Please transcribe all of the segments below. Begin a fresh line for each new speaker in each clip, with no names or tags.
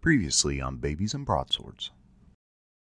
Previously on Babies and Broadswords.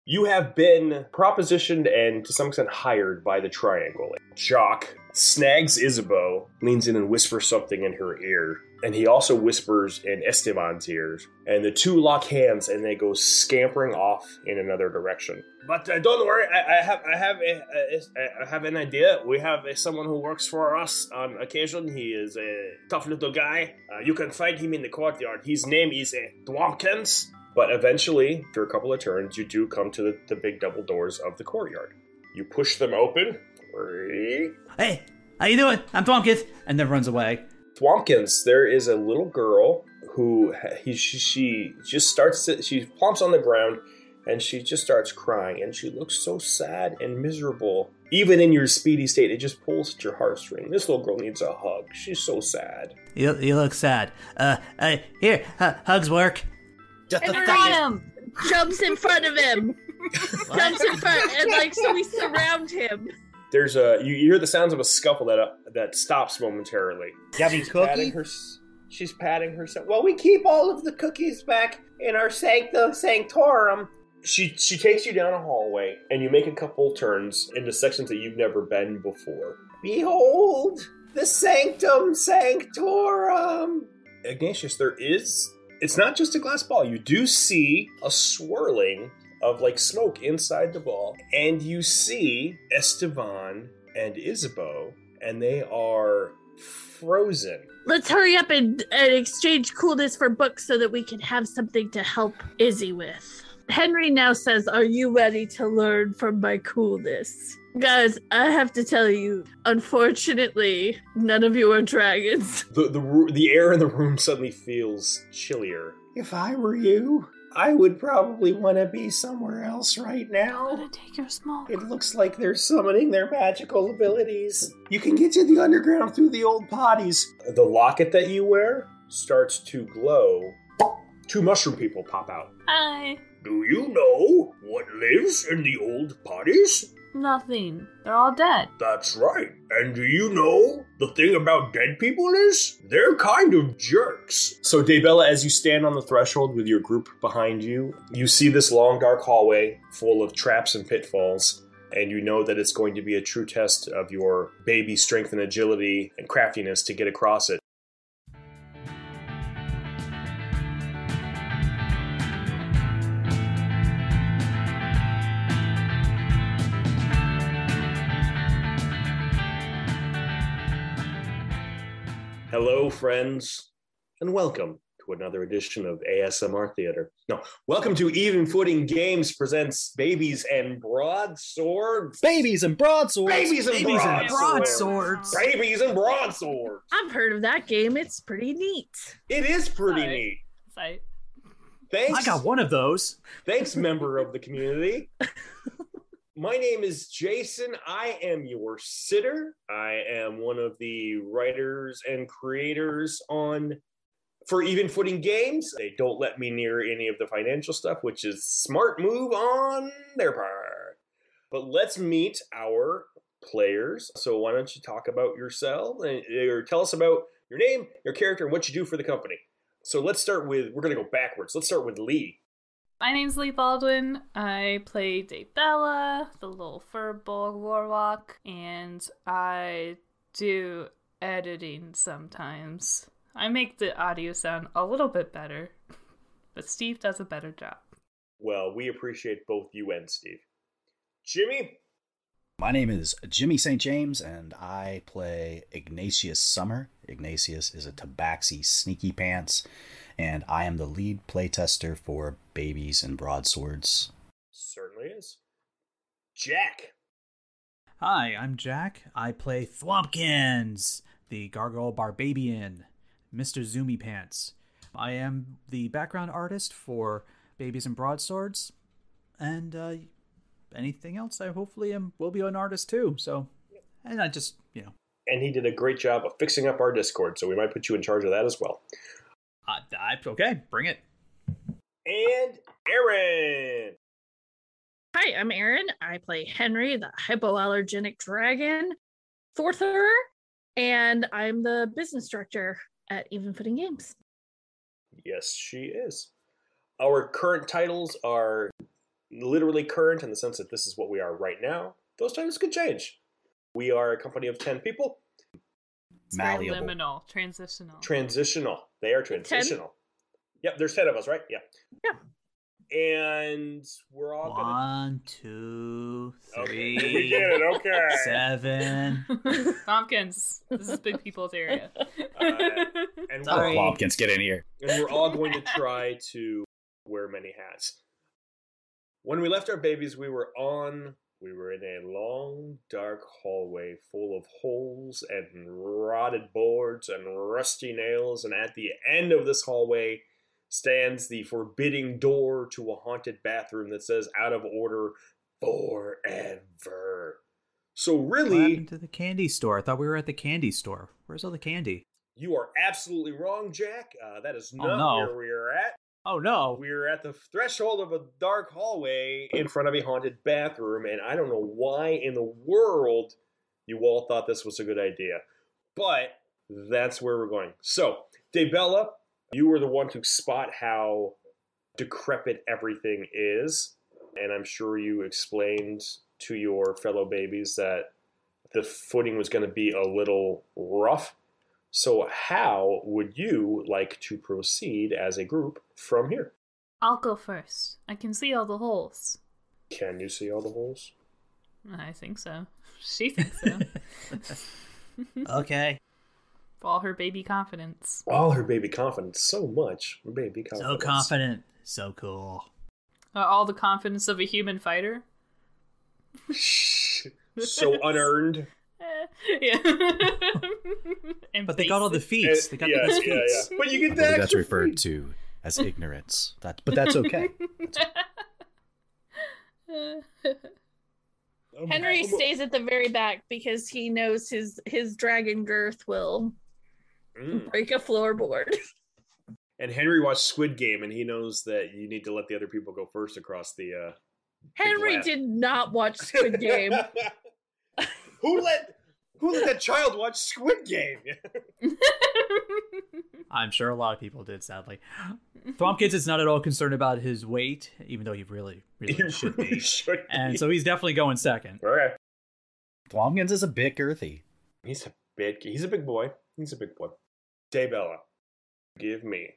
You have been propositioned and to some extent hired by the Triangle. Jock snags Isabeau, leans in and whispers something in her ear, and he also whispers in Esteban's ears. And the two lock hands and they go scampering off in another direction. But uh, don't worry, I, I have I have a, a, a, I have an idea. We have uh someone who works for us on occasion. He is a tough little guy. Uh, you can find him in the courtyard. His name is uh, Dwonkins. But eventually, after a couple of turns, you do come to the, the big double doors of the courtyard. You push them open. Three.
Hey, how you doing? I'm Tompkins, and then runs away.
Thwompkins, there is a little girl who he, she, she just starts to, she plumps on the ground and she just starts crying and she looks so sad and miserable. Even in your speedy state, it just pulls at your heartstring. This little girl needs a hug. She's so sad.
You, you look sad. Uh, uh here, hu- hugs work.
Just
and we're on him. Jumps in front of him. Jumps in front, and like so we surround him.
There's a you hear the sounds of a scuffle that uh, that stops momentarily.
Gabby
Patting
Cookie.
her, she's patting herself.
Well, we keep all of the cookies back in our sanctum sanctorum.
She she takes you down a hallway, and you make a couple turns into sections that you've never been before.
Behold the sanctum sanctorum.
Ignatius, there is. It's not just a glass ball. You do see a swirling of like smoke inside the ball, and you see Esteban and Isabeau, and they are frozen.
Let's hurry up and, and exchange coolness for books so that we can have something to help Izzy with. Henry now says, Are you ready to learn from my coolness? Guys, I have to tell you, unfortunately, none of you are dragons.
The the ru- the air in the room suddenly feels chillier.
If I were you, I would probably want to be somewhere else right now.
take your smoke.
It looks like they're summoning their magical abilities. You can get to the underground through the old potties.
The locket that you wear starts to glow. Two mushroom people pop out.
Hi.
Do you know what lives in the old potties?
Nothing. They're all dead.
That's right. And do you know the thing about dead people is? They're kind of jerks. So, Daybella, as you stand on the threshold with your group behind you, you see this long, dark hallway full of traps and pitfalls, and you know that it's going to be a true test of your baby strength and agility and craftiness to get across it. Hello, friends, and welcome to another edition of ASMR Theater. No, welcome to Even Footing Games presents Babies and Broadswords.
Babies and broadswords.
Babies and
broadswords.
Babies and Broadswords.
I've heard of that game, it's pretty neat.
It is pretty
Sorry.
neat.
Sorry.
Thanks.
I got one of those.
Thanks, member of the community. My name is Jason. I am your sitter. I am one of the writers and creators on for Even Footing Games. They don't let me near any of the financial stuff, which is smart move on their part. But let's meet our players. So why don't you talk about yourself and or tell us about your name, your character, and what you do for the company. So let's start with we're gonna go backwards. Let's start with Lee.
My name's Lee Baldwin. I play Daybella, the little furball warlock, and I do editing sometimes. I make the audio sound a little bit better, but Steve does a better job.
Well, we appreciate both you and Steve. Jimmy,
My name is Jimmy St. James, and I play Ignatius Summer. Ignatius is a tabaxi sneaky pants, and I am the lead playtester for Babies and Broadswords.
certainly is. Jack,
Hi, I'm Jack. I play Thwompkins, the Gargoyle Barbabian, Mr. Zoomy Pants. I am the background artist for Babies and Broadswords, and uh, anything else. I hopefully am will be an artist too. So, and I just you know,
and he did a great job of fixing up our Discord, so we might put you in charge of that as well.
I, I okay, bring it.
And Aaron,
Hi, I'm Erin. I play Henry, the hypoallergenic dragon, fourther, and I'm the business director at Even Footing Games.
yes, she is. Our current titles are literally current in the sense that this is what we are right now. Those titles could change. We are a company of 10 people.
It's very
Malleable.
liminal, transitional.
Transitional. They are transitional. Yep, there's 10 of us, right? Yeah. Yeah. And we're all going to.
One, two,
Okay.
three,
We did it. Okay.
seven.
Tompkins, this is big people's area.
And we're,
Oh,
Sorry.
all,
Plopkins, get in here.
and we're all going to try to wear many hats. When we left our babies, we were on. We were in a long, dark hallway full of holes and rotted boards and rusty nails, and at the end of this hallway stands the forbidding door to a haunted bathroom that says out of order forever. So,
What
really,
happened to the candy store? I thought we were at the candy store. Where's all the candy?
you are absolutely wrong, Jack. Uh, that is
Oh,
not
no.
where we are at.
Oh no!
We're at the threshold of a dark hallway in front of a haunted bathroom, and I don't know why in the world you all thought this was a good idea. But that's where we're going. So, Debella, you were the one to spot how decrepit everything is, and I'm sure you explained to your fellow babies that the footing was going to be a little rough. So, how would you like to proceed as a group from here?
I'll go first. I can see all the holes.
Can you see all the holes?
I think so. She thinks so.
okay,
For all her baby confidence.
All her baby confidence, so much baby
Oh. so
confidence.
confident, so cool.
Uh, all the confidence of a human fighter.
so unearned.
Eh, yeah. And
But they got all the
basic.
feats. They
Eh,
got
yeah,
the best
yeah,
feats.
yeah. But you
I
get
believe
that.
that's referred to as ignorance. That, but that's okay.
Oh
Henry stays at the very back because he knows his his dragon girth will
Mm.
break a floorboard.
And Henry watched Squid Game, and he knows that you need to let the other people go first across the. uh,
Henry
laugh.
did not watch
Uh...
Squid Game.
who let Who let that child watch Squid Game?
I'm sure a lot of people did. Sadly, Thwompkins is not at all concerned about his weight, even though he really, really
You
should
really
be.
should
And
be.
so he's definitely going second.
okay.
Plopkins is a bit girthy.
He's a big. He's a big boy. He's a big boy. Daybella, give me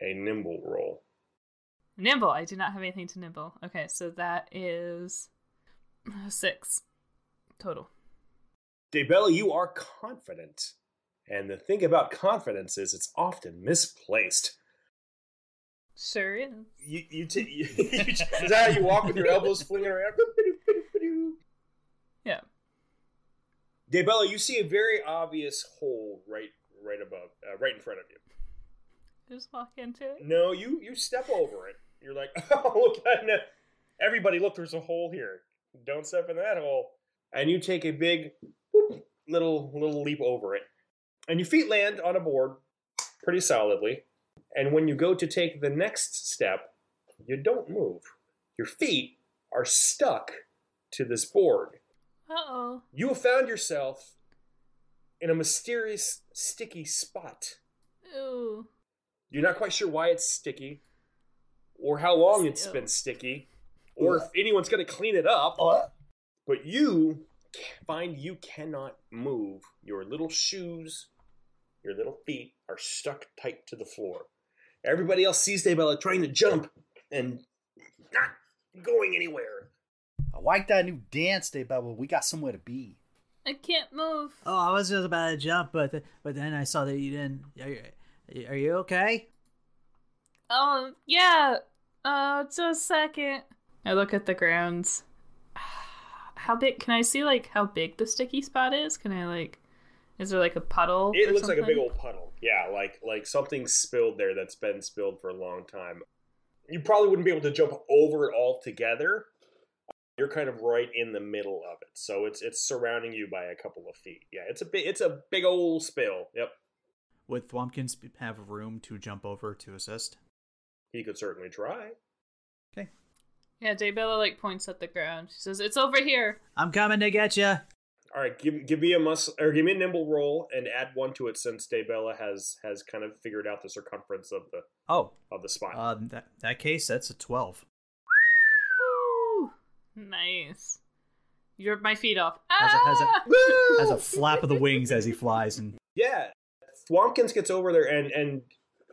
a nimble roll.
Nimble. I do not have anything to nimble. Okay, so that is six total.
Daybella, you are confident. And the thing about confidence is it's often misplaced.
Sure is.
You, you, t- you, you t- is that how you walk with your elbows flinging around?
Yeah.
Daybella, you see a very obvious hole right, right above, uh, right in front of you.
Just walk into it.
No, you you step over it. You're like, oh look, I know." everybody, look, there's a hole here. Don't step in that hole. And you take a big whoop, little little leap over it, and your feet land on a board pretty solidly. And when you go to take the next step, you don't move. Your feet are stuck to this board.
Uh oh.
You have found yourself in a mysterious sticky spot.
Ooh.
You're not quite sure why it's sticky, or how long it's
Ew.
been sticky, or if anyone's going to clean it up. But you ca- find you cannot move. Your little shoes, your little feet are stuck tight to the floor. Everybody else sees Daybella trying to jump and not going anywhere.
I like that new dance day, but we got somewhere to be.
I can't move.
Oh, I was just about to jump, but th- but then I saw that you didn't. Are you, are you okay?
Um, yeah. Uh, just a second. I look at the grounds. How big? Can I see, like, how big the sticky spot is? Can I, like, is there, like, a puddle?
It
or
looks like a big
something?
old puddle. Yeah, like like something spilled there that's been spilled for a long time. You probably wouldn't be able to jump over it altogether. You're kind of right in the middle of it, so it's it's surrounding you by a couple of feet. Yeah, it's a big it's a big old spill. Yep,
Would Thwompkins b- have room to jump over to assist?
he could certainly try.
Okay,
Yeah, Daybella, like, points at the ground. She says, It's over here.
I'm coming to get you.
All right, give, give me a muscle or give me a nimble roll and add one to it since Daybella has has kind of figured out the circumference of the
Oh,
of the spot.
um, that that case, that's a twelve.
Woo! Nice. You ripped my feet off.
As a- as a-
Ah!
Has a flap of the wings as he flies, and
yeah, Thwompkins gets over there and and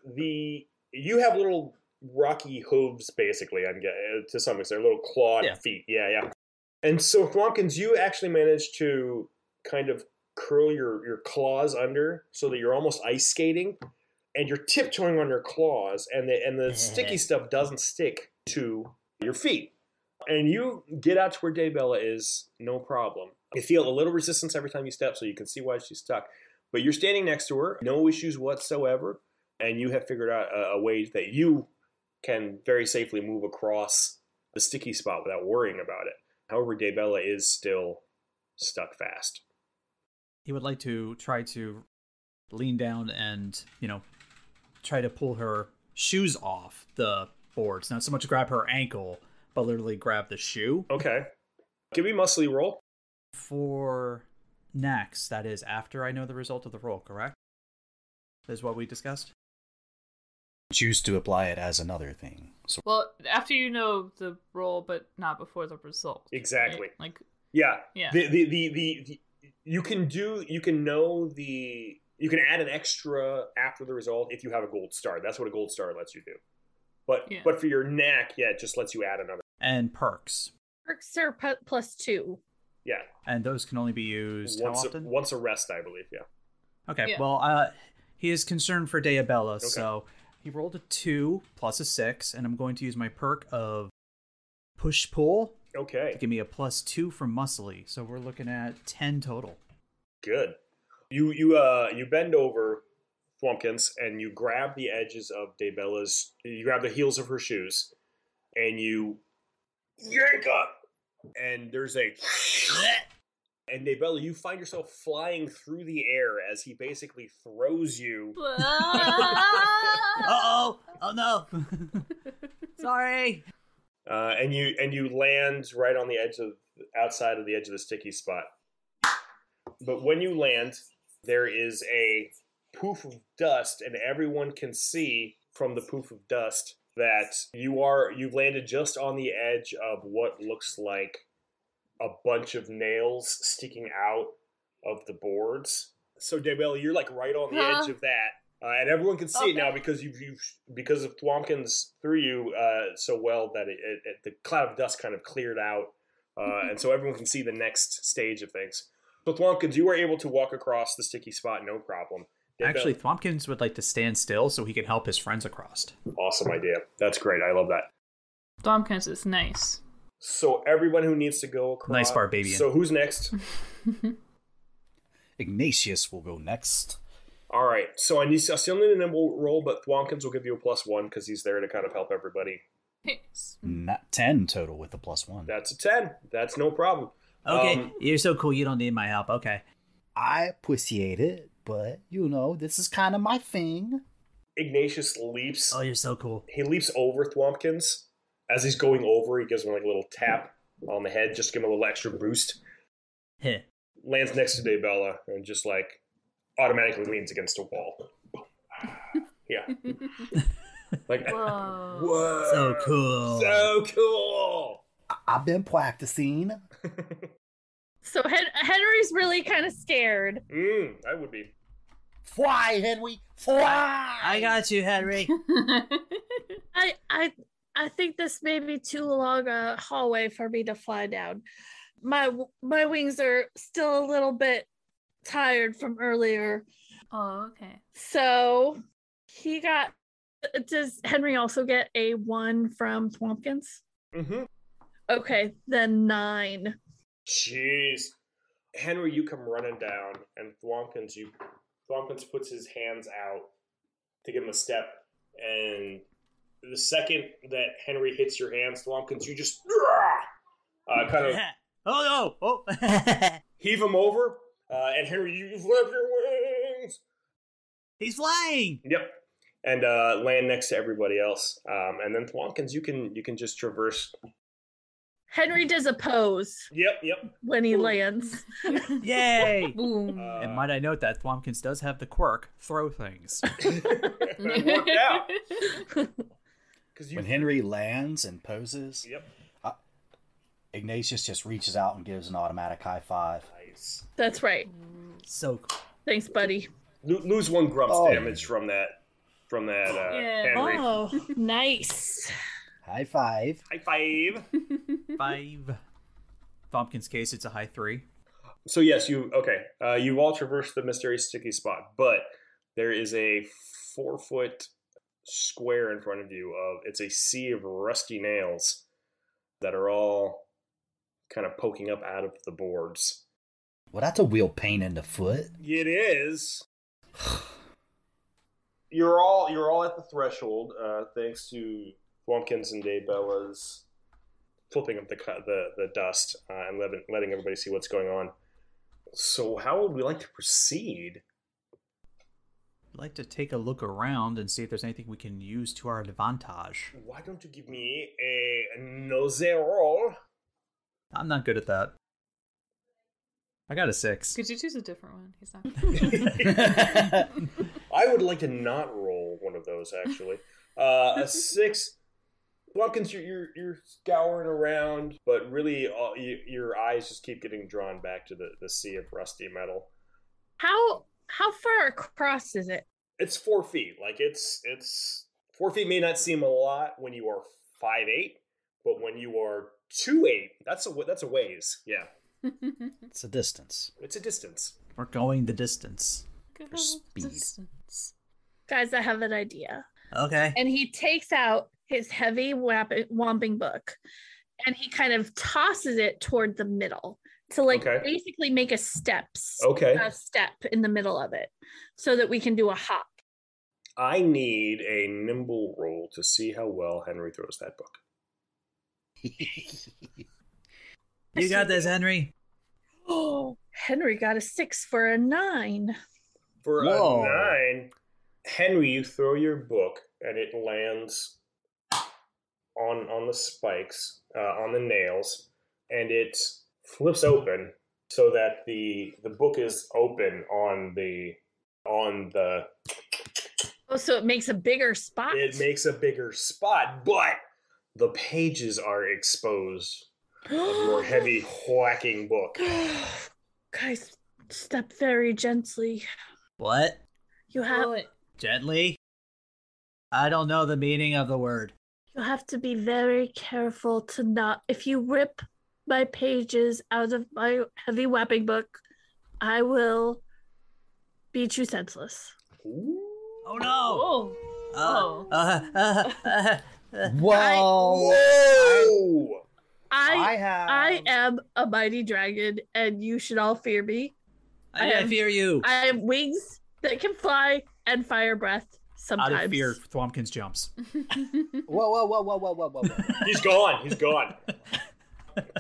the you have little rocky hooves basically. I'm getting to some extent, little clawed
Yeah.
feet. Yeah, yeah. And so Thwompkins, you actually manage to kind of curl your your claws under so that you're almost ice skating, and you're tiptoeing on your claws, and the and the sticky stuff doesn't stick to your feet. And you get out to where Daybella is, no problem. You feel a little resistance every time you step, so you can see why she's stuck. But you're standing next to her, no issues whatsoever, and you have figured out a, a way that you can very safely move across the sticky spot without worrying about it. However, Daybella is still stuck fast.
he would like to try to lean down and you know try to pull her shoes off the boards. Not so much grab her ankle, but literally grab the shoe.
Okay. Give me muscly roll.
for next that is after i know the result of the roll correct is what we discussed
Choose to apply it as another thing. So
Well, after you know the roll, but not before the result. right?
Exactly.
Like,
Yeah.
Yeah.
The, the, the, the, the you can do you can know the you can add an extra after the result if you have a gold star. That's what a gold star lets you do. But
Yeah.
but for your knack, yeah, it just lets you add another.
and perks
Perks are pu- plus two.
Yeah.
and those can only be used
Once
how
a,
often
once a rest, I believe, yeah.
okay
Yeah.
well uh he is concerned for diabella so he rolled a two plus a six and i'm going to use my perk of push pull to
Okay.
give me a plus two for muscly so we're looking at 10 total
Good. You you uh you bend over Flumpkins and you grab the edges of Daybella's you grab the heels of her shoes and you yank up and there's a and Daybella you find yourself flying through the air as he basically throws you
Ah!
uh-oh oh no sorry
uh, and you and you land right on the edge of outside of the edge of the sticky spot. But when you land, there is a poof of dust, and everyone can see from the poof of dust that you are you've landed just on the edge of what looks like a bunch of nails sticking out of the boards. So Daybell, you're like right on the
Huh?
edge of that. Uh, and everyone can see it now
Okay.
because you've, you've because of Thwompkins threw you uh, so well that it, it, it- the cloud of dust kind of cleared out, uh, and so everyone can see the next stage of things. So Thwompkins, you were able to walk across the sticky spot no problem. Daybell-
Actually, Thwompkins would like to stand still so he can help his friends across.
awesome idea. That's great. I love that.
Domkins is nice.
So everyone who needs to go across.
Nice Barbabian.
So who's next?
Ignatius will go next.
All right. So I need. I still need a nimble roll, but Thwompkins will give you a plus one because he's there to kind of help everybody.
Yes.
Not ten total with the plus one.
That's a ten. That's no problem.
Okay,
Um,
you're so cool. You don't need my help. Okay.
I appreciate it, but you know, this is kind of my thing.
Ignatius leaps.
Oh, you're so cool.
he leaps over Thwompkins. As he's going over, he gives him like a little tap on the head, just to give him a little extra boost.
Heh.
Lands next to Daybella and just like automatically leans against a wall. yeah. like
Whoa.
whoa,
So cool.
uh, so cool.
I've been practicing.
So Hen- Henry's really kind of scared.
Mm, I would be.
Fly, Henry, fly!
I got you, Henry.
I I I think this may be too long a hallway for me to fly down. My w- my wings are still a little bit tired from earlier.
oh, okay.
So he got. Does Henry also get a one from Tompkins?
Mm-hmm.
Okay, then nine.
Jeez. Henry, you come running down, and Thwompkins, you Thwompkins puts his hands out to give him a step, and the second that Henry hits your hands, Thwompkins, you just uh, kind of
oh no! Oh,
heave him over, uh, and Henry, you flip your wings.
he's flying.
Yep, and uh, land next to everybody else, um, and then Thwompkins, you can you can just traverse
Henry does a pose
Yep, yep.
when he lands.
Yay!
Boom.
Uh,
and might I note that Thwompkins does have the quirk throw things.
it worked out. Because you.
When Henry lands and poses, uh,
Yep.
Ignatius just reaches out and gives an automatic high five.
Nice.
That's right.
so cool.
Thanks, buddy.
Lo- lose one grump's
Oh.
damage from that. From that, uh,
Yeah.
Henry.
Oh, nice.
High five.
High five.
Five. Thwompkins' case, it's a high three.
So yes, you okay. Uh, you've all traversed the mysterious sticky spot, but there is a four foot square in front of you of it's a sea of rusty nails that are all kind of poking up out of the boards.
Well, that's a real pain in the foot.
It is. you're all you're all at the threshold, uh, thanks to Lumpkins and Daybella's flipping up the cu- the the dust uh, and letting letting everybody see what's going on. So, how would we like to proceed?
I'd like to take a look around and see if there's anything we can use to our advantage.
Why don't you give me a nose roll?
I'm not good at that. I got a six.
Could you choose a different one? He's not.
I would like to not roll one of those actually. Uh, a six. Lumpkins, you're, you're you're scouring around, but really, all, you, your eyes just keep getting drawn back to the, the sea of rusty metal.
How how far across is it?
It's four feet. Like it's it's four feet may not seem a lot when you are five eight, but when you are two eight, that's a wa- that's a ways. Yeah,
It's a distance.
it's a distance.
We're going the distance.
Good
For speed.
distance.
Guys, I have an idea.
Okay.
And he takes out his heavy wap- whomping book and he kind of tosses it toward the middle to like
Okay.
basically make a steps
Okay,
a step in the middle of it so that we can do a hop.
I need a nimble roll to see how well Henry throws that book.
You got this, Henry.
Oh, Henry got a six for a nine.
For
Whoa.
a nine, Henry, you throw your book and it lands on on the spikes, uh, on the nails, and it flips open so that the the book is open on the on the
Oh, so it makes a bigger spot.
it makes a bigger spot, but the pages are exposed of your heavy whacking book.
Guys, step very gently.
What?
You have
Roll it.
Gently? I don't know the meaning of the word.
you have to be very careful to not if you rip my pages out of my heavy whapping book, I will beat you senseless.
Oh no!
Oh.
Uh, uh, uh, uh, uh.
Whoa!
Whoa!
I
have.
I am a mighty dragon and you should all fear me.
I, I fear you.
I have wings that can fly and fire breath sometimes.
Out of fear, Thwompkins jumps.
Whoa! Whoa! Whoa! Whoa! Whoa! Whoa! Whoa! whoa.
He's gone. He's gone.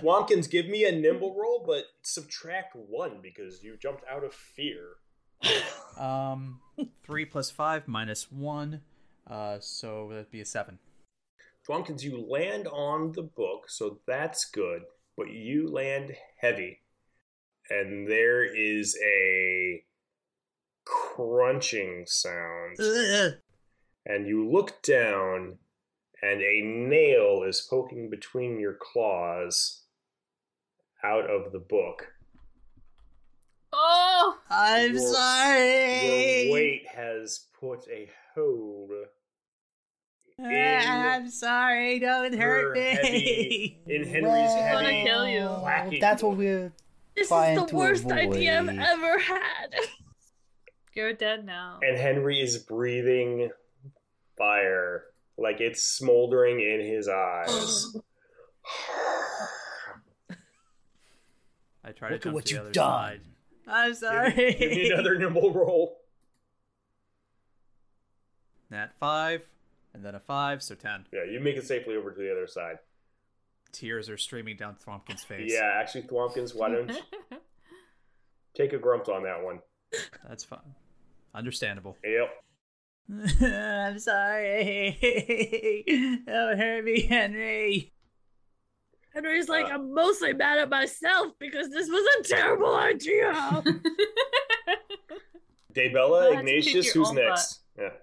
Wompkins, give me a nimble roll, but subtract one because you jumped out of fear.
Um, three plus five minus one, uh, so that'd be a seven.
Wompkins, you land on the book, so that's good, but you land heavy. And there is a crunching sound.
Ugh.
And you look down, and a nail is poking between your claws out of the book.
Oh.
I'm
Your-
sorry.
Your weight has put a hole.
I'm sorry. Don't
her
hurt me.
heavy- in Henry's
Well,
I
heavy.
wanna kill you.
whacking
That's what
book.
we're.
This
Trying
is
to
the worst idea I've
avoid.
ever had.
You're dead now.
And Henry is breathing fire, like it's smoldering in his
Oh,
eyes.
I try to
Look at
jump
what
to the
you've
other
done.
side. I'm sorry.
Give me another nimble roll.
Nat five, and then a five, so ten.
Yeah, you make it safely over to the other side.
Tears are streaming down Thwompkins' face.
Yeah, actually, Thwompkins, why
Uh-huh.
don't you take a grump on that one?
that's fine. Understandable.
Yep.
I'm sorry. Don't hurt me, Henry.
Henry's like,
Uh.
I'm mostly mad at myself because this was a terrible idea.
Daybella,
Well,
Ignatius,
kick your
who's
own
next? Yeah.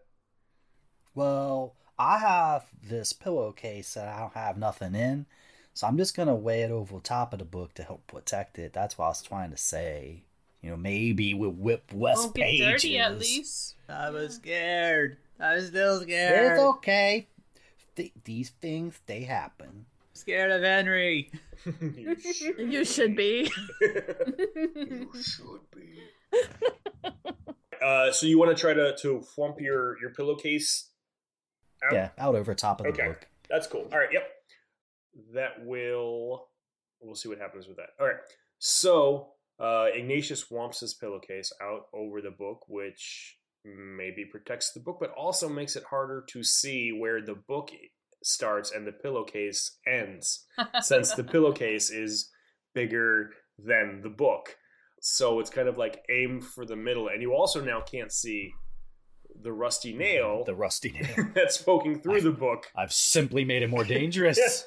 Well, I have this pillowcase that I don't have nothing in, so I'm just gonna weigh it over the top of the book to help protect it. That's what I was trying to say. You know, maybe we'll whip West
Won't get dirty at
pages.
least.
I was scared. I was still scared.
It's okay. Th- these things they happen.
Scared of Henry.
You should-
you should be.
uh, so you want to try to to flump your your pillowcase? out?
Yeah, out over top of the
Okay.
book.
That's cool. All right. Yep. That will. We'll see what happens with that. All right. So uh, Ignatius wamps his pillowcase out over the book, which maybe protects the book, but also makes it harder to see where the book starts and the pillowcase ends, since the pillowcase is bigger than the book. So it's kind of like aim for the middle, and you also now can't see the rusty nail
The rusty nail.
that's poking through the book.
I've simply made it more dangerous.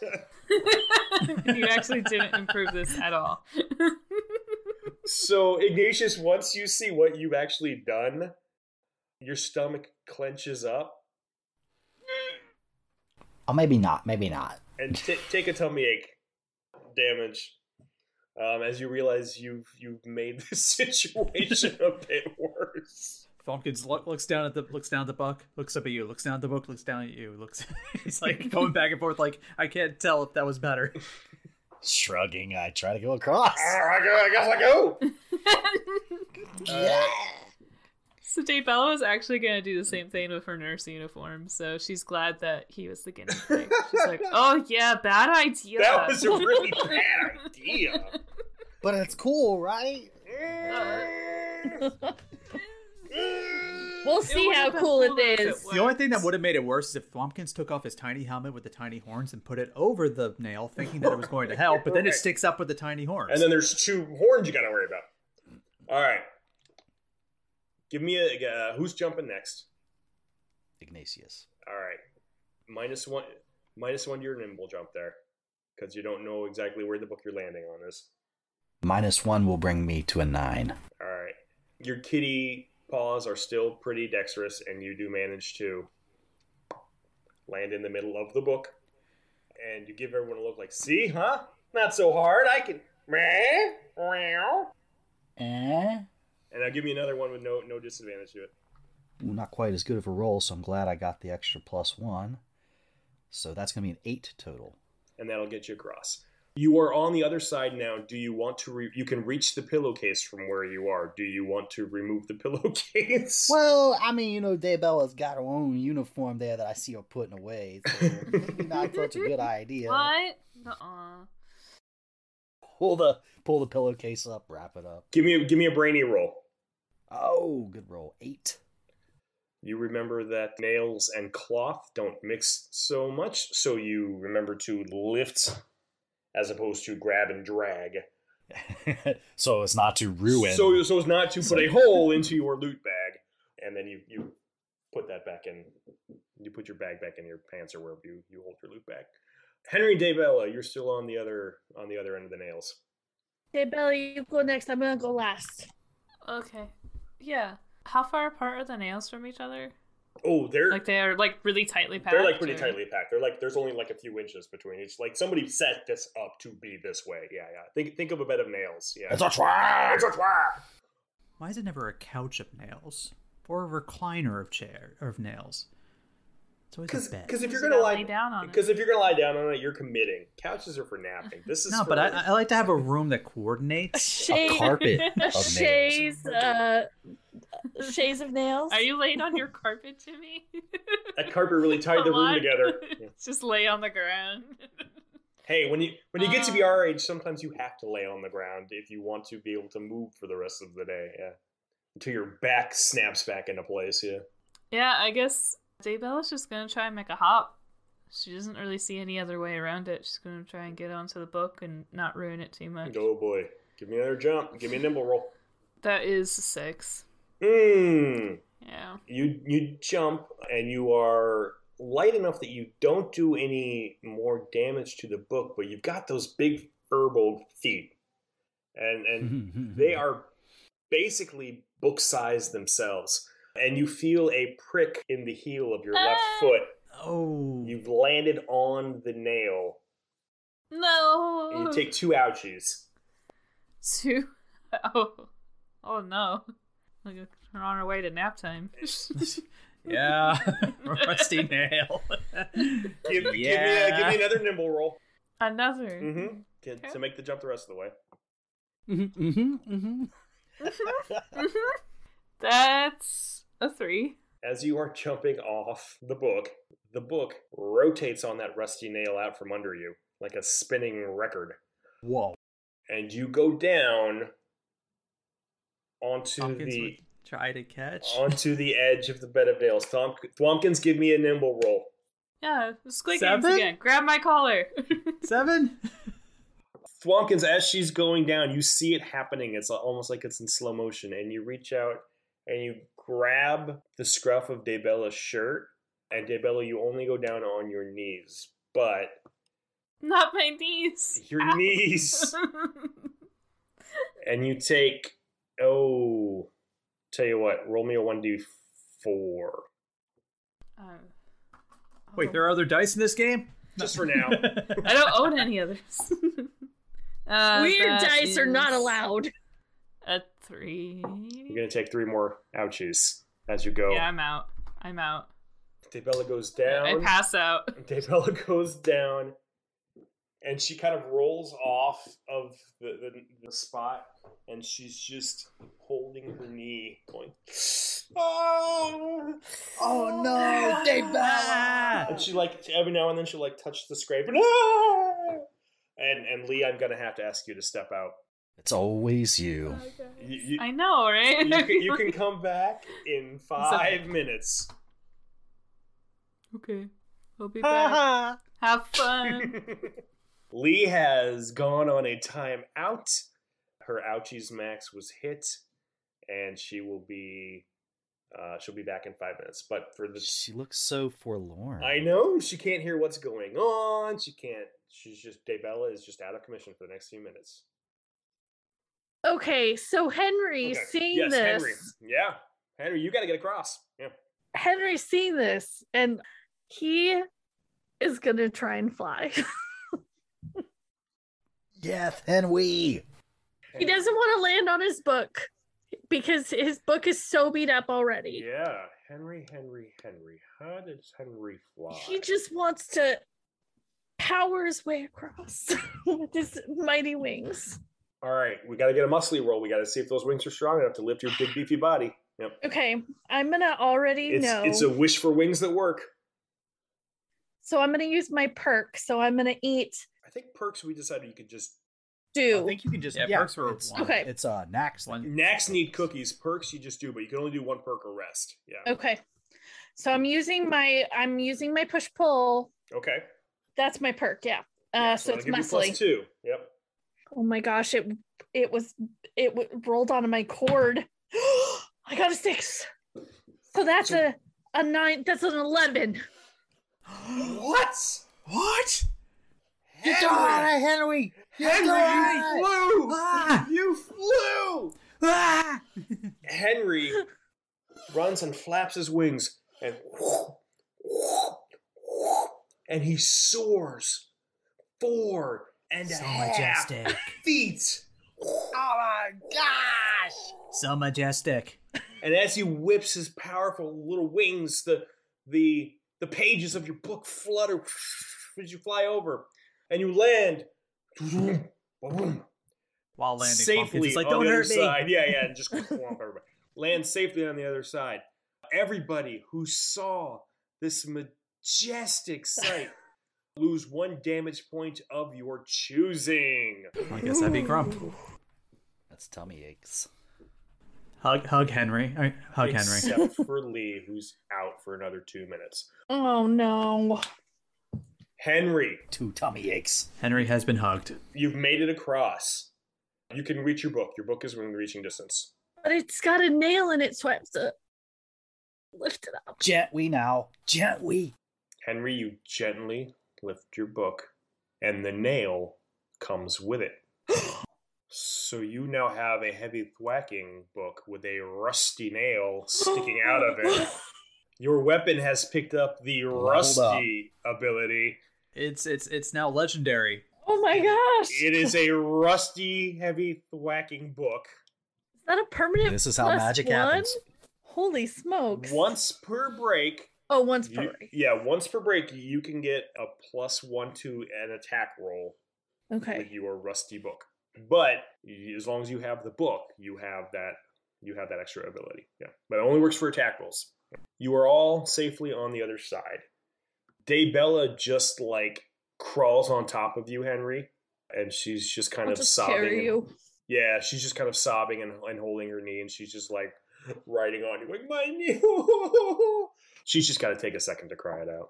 you actually didn't improve this at all.
So, Ignatius, once you see what you've actually done, your stomach clenches up
Oh, maybe not. Maybe not.
and t- take a tummy ache damage um, as you realize you've you've made the situation a bit worse.
Thumpkins lo- looks down at the looks down at the book, looks up at you, looks down at the book, looks down at you, looks. He's like going back and forth, like I can't tell if that was better.
Shrugging, I try to go across.
Ah, I, go, I guess I go.
So Daybella was actually gonna do the same thing with her nurse uniform, so she's glad that he was the guinea pig. She's like, "Oh yeah, bad idea."
That was a really bad idea.
But it's cool, right?
We'll see how cool it is.
The only thing that would have made it worse is if Thumpkins took off his tiny helmet with the tiny horns and put it over the nail, thinking that it was going to help, but then it
Right.
sticks up with the tiny horns.
And then there's two horns you got to worry about. All right, give me a uh, who's jumping next.
Ignatius.
All right, minus one, minus one to your nimble jump there, because you don't know exactly where the book you're landing on is.
Minus one will bring me to a nine.
All right, your kitty paws are still pretty dexterous, and you do manage to land in the middle of the book, and you give everyone a look like, "See, huh? Not so hard. I can." Meh, meow."
Eh?
And I'll give you another one with no no disadvantage to it.
Ooh, not quite as good of a roll, so I'm glad I got the extra plus one. So that's going to be an eight total.
and that'll get you across. You are on the other side now. Do you want to? Re- you can reach the pillowcase from where you are. Do you want to remove the pillowcase?
Well, I mean, you know, Daybella's got her own uniform there that I see her putting away. So maybe not such a good idea.
What? Nuh-uh.
Pull the pull the pillowcase up, wrap it up.
Give me a, give me a brainy roll.
Oh, good roll. Eight.
You remember that nails and cloth don't mix so much, so you remember to lift as opposed to grab and drag.
so as not to ruin.
So so as not to put a hole into your loot bag, and then you you put that back in. You put your bag back in your pants or wherever you, you hold your loot bag. Henry Davella, you're still on the other on the other end of the nails.
Hey, Belly, you go next. I'm gonna go last.
Okay. Yeah. How far apart are the nails from each other?
Oh, they're
Like they are like really tightly packed.
they're like pretty
or-
tightly packed. They're like there's only like a few inches between each. Like somebody set this up to be this way. Yeah, yeah. Think think of a bed of nails. Yeah.
It's a trap!
It's a trap!
Why is it never a couch of nails or a recliner of chair of nails? It's always a bed.
Because if you're
You
gonna
gotta
lie
lay down on it.
because if you're gonna lie down on it, you're committing. Couches are for napping. This is
No,
for-
but I, I like to have a room that coordinates.
A
Shade,
carpet of nails.
shades, uh, shades of nails.
Are you laying on your carpet, Jimmy?
that carpet really tied the
Come
room
on.
together. Yeah.
Just lay on the ground.
Hey, when you when you get to be
Um,
our age, sometimes you have to lay on the ground if you want to be able to move for the rest of the day. Yeah, until your back snaps back into place. Yeah,
yeah, I guess Daybella's just gonna try and make a hop. She doesn't really see any other way around it. She's gonna try and get onto the book and not ruin it too much.
oh boy, give me another jump. Give me a nimble roll.
That is a six.
Mmm.
Yeah.
You you jump and you are light enough that you don't do any more damage to the book, but you've got those big herbal feet, and and Mm-hmm,
Mm-hmm.
they are basically book sized themselves. And you feel a prick in the heel of your left
Ah.
foot.
Oh.
You've landed on the nail.
No.
And you take two ouchies.
two. Oh, oh no! Like, We're on our way to nap time.
yeah. Rusty nail.
Give, give me, uh, give me another nimble roll.
Another.
Mm-hmm. To, to make the jump the rest of the way.
Mm-hmm,
That's a three.
As you are jumping off the book, the book rotates on that rusty nail out from under you like a spinning record.
Whoa.
And you go down onto
Tompkins
the
would try to catch.
onto the edge of the bed of nails. Thomp- Thwompkins, give me a nimble roll.
Yeah, squid games
Seven?
again. Grab my collar.
Seven?
Thwompkins, as she's going down, you see it happening. It's almost like it's in slow motion, and you reach out and you grab the scruff of Daybella's shirt. And Daybella, you only go down on your knees, but
Not my knees.
your
Ow.
knees, and you take. Oh, tell you what, roll me a one d four
Oh.
Wait, there are other dice in this game?
just for now.
I don't own any others. uh,
Weird
that
dice are not
is
allowed.
A three.
You're gonna take three more ouchies as you go.
Yeah, I'm out. I'm out.
Daybella goes
I
down.
pass out.
Daybella goes down, and she kind of rolls off of the, the, the spot, and she's just holding her knee, going, "Oh,
Oh, no, Daybella!
And she like every now and then she will like touch the scrape, and "Ah!" and and Lee, I'm gonna have to ask you to step out.
It's always you.
You, you,
I know, right?
you can, you can come back in five minutes.
Okay. I'll be back. Have fun.
Um,
Lee has gone on a time out. Her ouchies max was hit, and she will be uh, she'll be back in five minutes. But for the
She looks so forlorn.
I know she can't hear what's going on. She can't. She's just Daybella is just out of commission for the next few minutes.
Okay, so Henry
Okay.
seeing
yes,
this,
Henry. Yeah, Henry, you got to get across. Yeah.
Henry seeing this, and he is gonna try and fly.
Yeah, Henry.
he doesn't want to land on his book because his book is so beat up already.
Yeah, Henry, Henry, Henry. How does Henry fly?
He just wants to power his way across with his mighty wings.
All right, we got to get a muscly roll. We got to see if those wings are strong enough to lift your big beefy body. Yep.
Okay, I'm gonna already
It's
know.
it's a wish for wings that work.
So I'm gonna use my perk. So I'm gonna eat
I think perks we decided you could just Oh,
do.
you can just. Yeah,
Yeah,
perks were
it's-
one.
Okay.
It's uh Nax.
One.
Nax need cookies. Perks you just do, but you can only do one perk or rest. Yeah.
okay. So I'm using my I'm using my push pull.
Okay.
That's my perk, yeah. Uh
Yeah,
so, it's
that'll give you
muscly.
Plus two. Yep.
Oh my gosh, it it was it w- rolled onto my cord. I got a six. So that's a a nine. That's an eleven.
What?
What?
Henry,
Henry!
Henry,
Henry!
you flew.
Ah!
You flew.
Ah!
Henry runs and flaps his wings and and he soars four and a
So
half
majestic.
feet.
So majestic.
and as he whips his powerful little wings, the the the pages of your book flutter as you fly over, and you land
While landing.
safely
It's like,
on
don't
the other
hurt me.
side. Yeah, yeah, and just clomp everybody. Land safely on the other side. Everybody who saw this majestic sight lose one damage point of your choosing.
I guess that'd be Grump.
That's tummy aches.
Hug, hug Henry. All right, Hug Henry.
Except for Lee, who's out for another two minutes.
Oh no.
Henry,
Two tummy aches.
Henry has been hugged.
You've made it across. You can reach your book. Your book is within reaching distance.
But it's got a nail in it, so I have to lift it up.
Gent we now. Gent we.
Henry, you gently lift your book, and the nail comes with it. so you now have a heavy thwacking book with a rusty nail sticking out of it. Your weapon has picked up the
Leveled
rusty ability.
It's it's it's now legendary.
Oh my gosh.
It is a rusty, heavy thwacking book.
Is that a permanent?
This is how
plus
magic
one?
happens.
Holy smokes.
Once per break,
Oh, once per
You-
break.
yeah, once per break, you can get a plus one to an attack roll with
Okay.
your rusty book. But y- as long as you have the book, you have that you have that extra ability. Yeah, but it only works for attack rolls. You are all safely on the other side. Daybella just like crawls on top of you, Henry, and she's just kind
I'll
of
just
sobbing.
carry
and-
you.
yeah, she's just kind of sobbing and, and holding her knee, and she's just like riding on you, like my knee. she's just got to take a second to cry it out.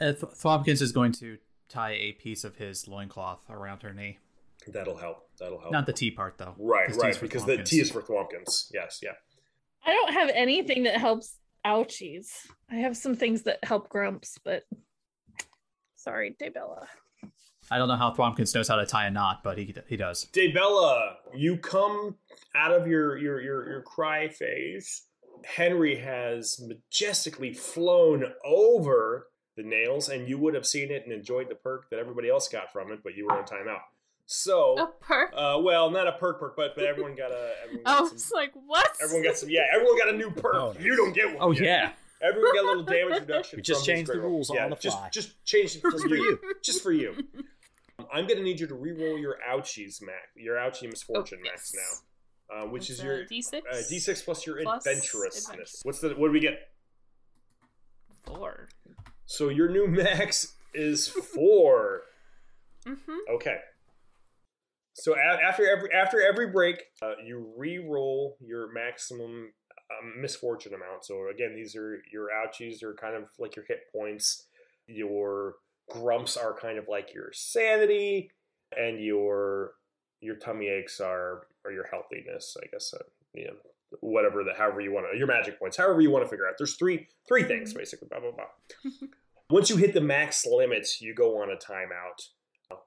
Uh, Th- Thwompkins is going to tie a piece of his loincloth around her knee.
That'll help. That'll help.
Not the T part though.
right,
T is
right,
for
because the
Thwompkins.
T is for Thwompkins. Yes, yeah.
I don't have anything that helps ouchies. I have some things that help grumps, but sorry, Daybella.
I don't know how Thwompkins knows how to tie a knot, but he he does.
Daybella, you come out of your your your, your cry phase. Henry has majestically flown over the nails, and you would have seen it and enjoyed the perk that everybody else got from it, but you were on timeout. So.
A perk.
Uh, well, not a perk perk, but but everyone got a. Everyone
I
got some,
was like, what?
everyone got some. Yeah, everyone got a new perk.
Oh, nice.
You don't get one.
Oh
yet.
yeah.
Everyone got a little damage reduction.
We just
from his
changed the
great roll.
rules on
yeah,
the
just,
fly.
Just changed it
Just for you.
Just for you. I'm gonna need you to re-roll your ouchies, Mac. Your ouchie misfortune,
Oh,
Max.
yes.
Now, uh, which is
It's, uh,
your
D6?
uh, D6 plus your
plus
adventurousness.
adventurous.
What's the? What do we get?
Four.
So your new max is four.
Mm-hmm.
Okay. So a- after every after every break, uh, you re-roll your maximum um, misfortune amount. So again, these are your ouchies are kind of like your hit points. Your grumps are kind of like your sanity, and your your tummy aches are or your healthiness. I guess uh, you know whatever the however you want to your magic points, however you want to figure out. There's three three things basically. Blah blah blah. Once you hit the max limits, you go on a timeout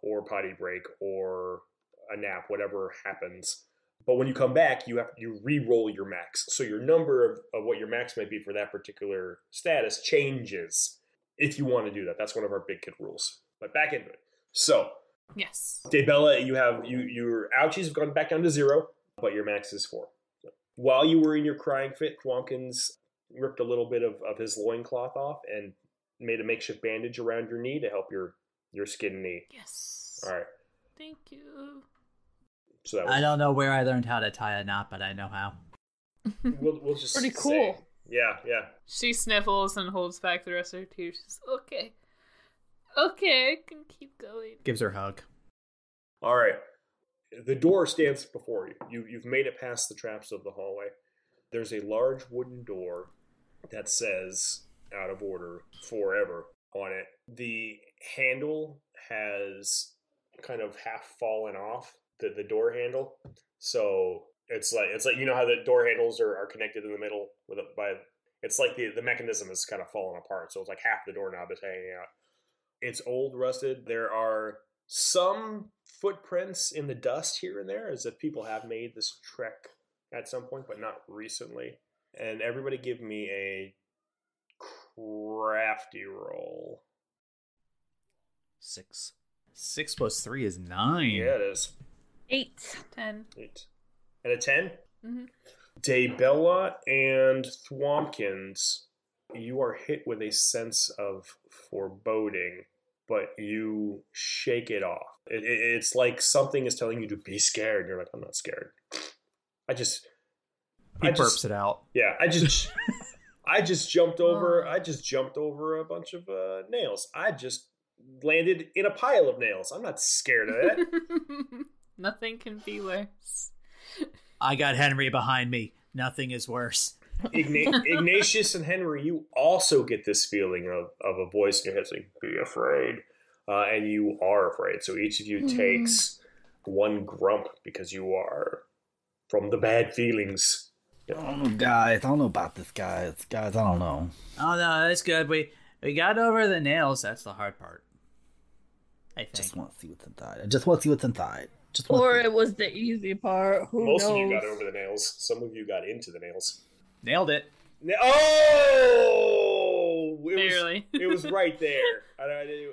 or potty break or a nap, whatever happens. But when you come back, you have you re-roll your max. So your number of, of what your max might be for that particular status changes if you want to do that. That's one of our big kid rules. But back into it. So
Yes.
Daybella, you have you your ouchies have gone back down to zero, but your max is four. While you were in your crying fit, Thwompkins ripped a little bit of, of his loincloth off and made a makeshift bandage around your knee to help your your skin knee.
Yes.
All right.
Thank you.
So that
I
was,
don't know where I learned how to tie a knot, but I know how.
we'll, we'll just
Pretty
say-
cool.
Yeah, yeah.
She sniffles and holds back the rest of her tears. She's okay. Okay, I can keep going.
Gives her a hug.
All right. The door stands before you. you. You've made it past the traps of the hallway. There's a large wooden door that says "Out of Order Forever" on it. The handle has kind of half fallen off the the door handle, so it's like it's like you know how the door handles are, are connected in the middle with a, by. It's like the the mechanism is kind of falling apart, so it's like half the doorknob is hanging out. It's old, rusted. There are some footprints in the dust here and there as if people have made this trek at some point, but not recently. And everybody give me a crafty roll.
Six.
Six plus three is nine.
Yeah, it is.
Eight.
10
Eight. And a 10?
Mhm.
Daybella and Thwompkins, you are hit with a sense of foreboding, but you shake it off. It, it- it's like something is telling you to be scared. You're like, I'm not scared. I just,
He
I
burps
just-
it out.
yeah, I just, I just jumped over.
Oh.
I just jumped over a bunch of uh, nails. I just landed in a pile of nails. I'm not scared of that.
Nothing can be worse.
I got Henry behind me. Nothing is worse.
Igna- Ignatius and Henry, you also get this feeling of, of a voice in your head saying, be afraid. Uh, and you are afraid. So each of you
Mm-hmm.
Hmm.
takes one grump because you are from the bad feelings.
I don't know, guys. I don't know about this, guys. Guys, I don't know.
Oh no, that's good. We We got over the nails. That's the hard part. I think.
Just want to see what's inside. I just want to see what's inside. Just want
Or
to see.
it was the easy part. Who
Most
knows?
of you got over the nails. Some of you got into the nails.
Nailed it.
Na- Oh, it
Barely.
Was, it was right there. I, don't- I didn't-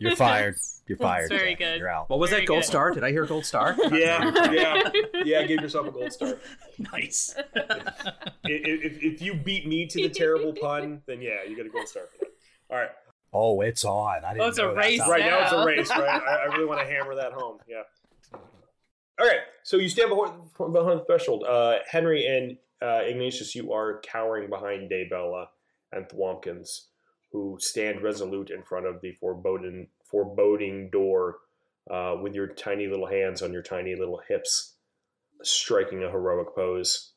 You're fired. You're
That's
fired.
very
Jack.
good.
You're out.
What was
Very
that? Gold
good.
star? Did I hear gold star?
yeah, yeah, yeah. Give yourself a gold star.
nice.
I- i- If, if you beat me to the terrible pun, then yeah, you get a gold star for that. All right,
Oh, it's on. I didn't
Oh, it's a
know that.
race.
right now it's a
Now.
race. Right, I, I really want to hammer that home. Yeah. All right, so you stand behind, behind the threshold. Uh, Henry and uh, Ignatius, you are cowering behind Daybella and Thwompkins, who stand resolute in front of the foreboding foreboding door, uh, with your tiny little hands on your tiny little hips, striking a heroic pose.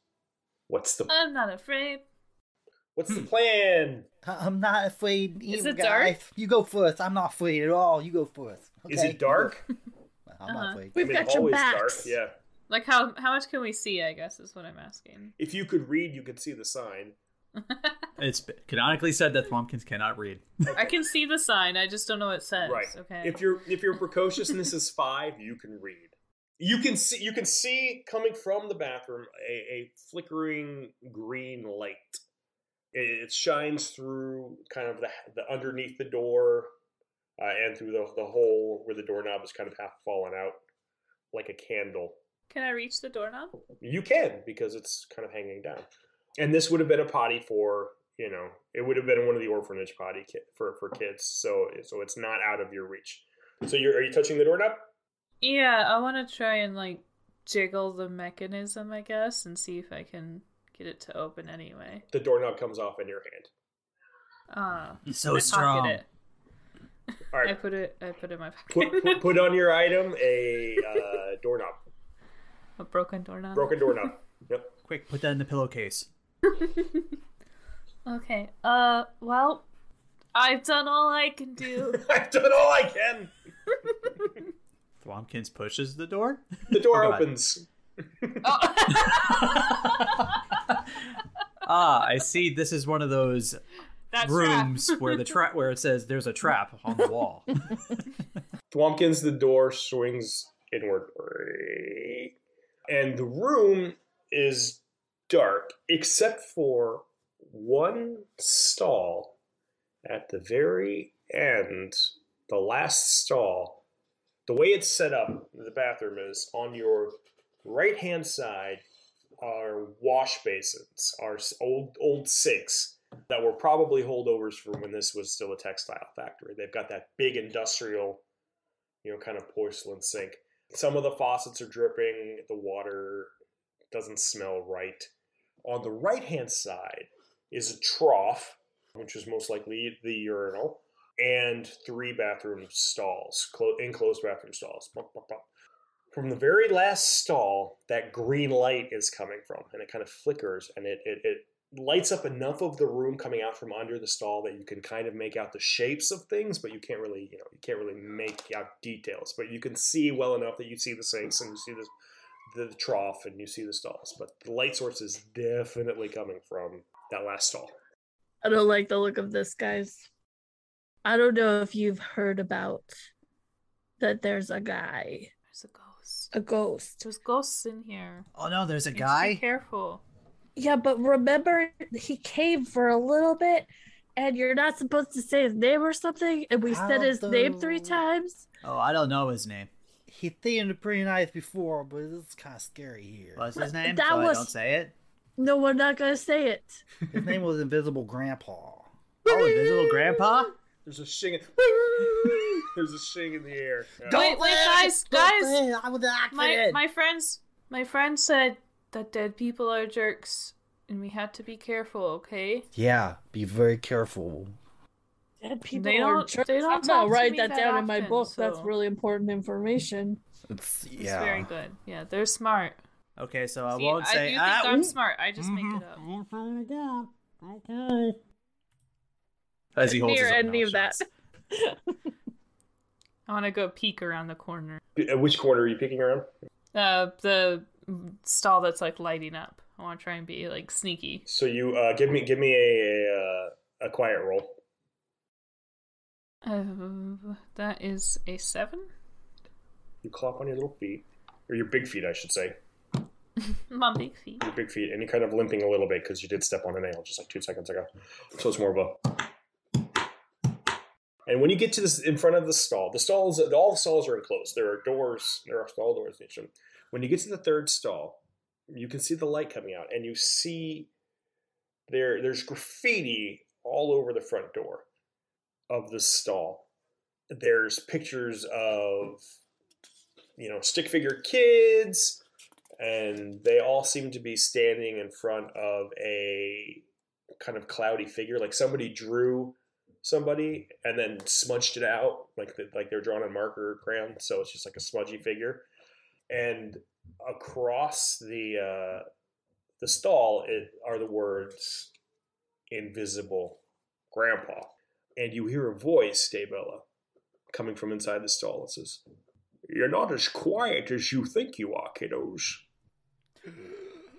What's the
I'm not afraid.
What's the
Hmm.
plan?
I- I'm not afraid.
Is
either,
it dark?
guys. You go first. I'm not afraid at all. You go first.
Is
Okay?
it dark?
I'm not
Uh-huh.
afraid.
We've got your
always
backs.
Yeah.
Like how how much can we see? I guess is what I'm asking.
If you could read, you could see the sign.
It's canonically said that Thwompkins cannot read.
I can see the sign. I just don't know what it says.
right.
Okay.
If your if your precociousness is five, you can read. You can see you can see coming from the bathroom a, a flickering green light. It, it shines through kind of the, the underneath the door uh, and through the, the hole where the doorknob is kind of half fallen out like a candle.
can I reach the doorknob?
You can because it's kind of hanging down. And this would have been a potty for you know it would have been one of the orphanage potty ki- for for kids. So so it's not out of your reach. So you're are you touching the doorknob?
Yeah, I want to try and like jiggle the mechanism, I guess, and see if I can get it to open anyway.
The doorknob comes off in your hand.
Ah,
He's
I
so
pocket
strong.
it.
All
I
right,
put it. I put it in my pocket.
put, put put on your item a uh, doorknob,
A broken doorknob.
broken doorknob. Yep.
Quick, put that in the pillowcase.
Okay. Uh. Well, I've done all I can do.
I've done all I can.
Thwompkins pushes the door.
The door
Oh, God.
opens.
oh.
Ah, I see. This is one of those
That's
rooms where the trap where it says there's a trap on the wall.
Thwompkins, the door swings inward. And the room is dark, except for one stall at the very end, the last stall. The way it's set up, the bathroom is on your right hand side are wash basins, are s- old old sinks that were probably holdovers from when this was still a textile factory. They've got that big industrial you know, kind of porcelain sink. Some of the faucets are dripping, the water doesn't smell right. On the right hand side is a trough, which is most likely the urinal, and three bathroom stalls, clo- enclosed bathroom stalls. Bump, bump, bump. From the very last stall, that green light is coming from, and it kind of flickers and it, it, it lights up enough of the room coming out from under the stall that you can kind of make out the shapes of things, but you can't really, you know, you can't really make out details. But you can see well enough that you see the sinks and you see this the trough and you see the stalls. But the light source is definitely coming from that last stall.
I don't like the look of this, guys. I don't know if you've heard about that there's a guy,
There's a ghost.
a ghost.
There's ghosts in here.
oh no, there's a
You have to Be
guy.
careful.
Yeah, but remember he came for a little bit and you're not supposed to say his name or something and we said his name three
Aldo.
times.
Oh, I don't know his name.
He seemed pretty nice before, but it's kind of scary here.
What's his name?
That
so
was-
I don't say it.
No, we're not going to say it.
His name was Invisible Grandpa.
Oh, invisible grandpa.
There's a shing. In, there's a shing in the air. Yeah.
Don't- Wait, wait, guys, guys!
Don't- I was an
My
accident.
my friends my friend said that dead people are jerks and we had to be careful, okay?
Yeah, be very careful.
Dead
They
are
don't-
jerks.
they don't
I'm
talk
gonna
to
write
me
that
that
down in my
often,
book. That's
so-
really important information.
It's
It's
yeah.
very good. Yeah, they're smart.
Okay, so I
See,
won't
I
say.
do
ah,
think I'm
ooh. Mm-hmm.
smart. I just make it up.
As he holds
Near
his own
any
mouth
of that.
shut.
I want to go peek around the corner.
At Which corner are you picking around?
Uh the stall that's like lighting up. I want to try and be like sneaky.
So you uh, give me give me a, a uh, a quiet roll.
Uh, that is a seven.
You clop on your little feet, or your big feet, I should say.
My big feet.
Your big feet, and you're kind of limping a little bit because you did step on a nail just like two seconds ago. So it's more of a. And when you get to this in front of the stall, the stalls, all the stalls are enclosed. There are doors, there are stall doors in each of them. When you get to the third stall, you can see the light coming out, and you see there there's graffiti all over the front door of the stall. There's pictures of you know stick figure kids, and they all seem to be standing in front of a kind of cloudy figure. Like somebody drew somebody and then smudged it out, like the, like they're drawn on marker crayon, so it's just like a smudgy figure. And across the uh, the stall it, are the words "Invisible Grandpa," and you hear a voice, Daybella, coming from inside the stall. It says, "You're not as quiet as you think you are, kiddos."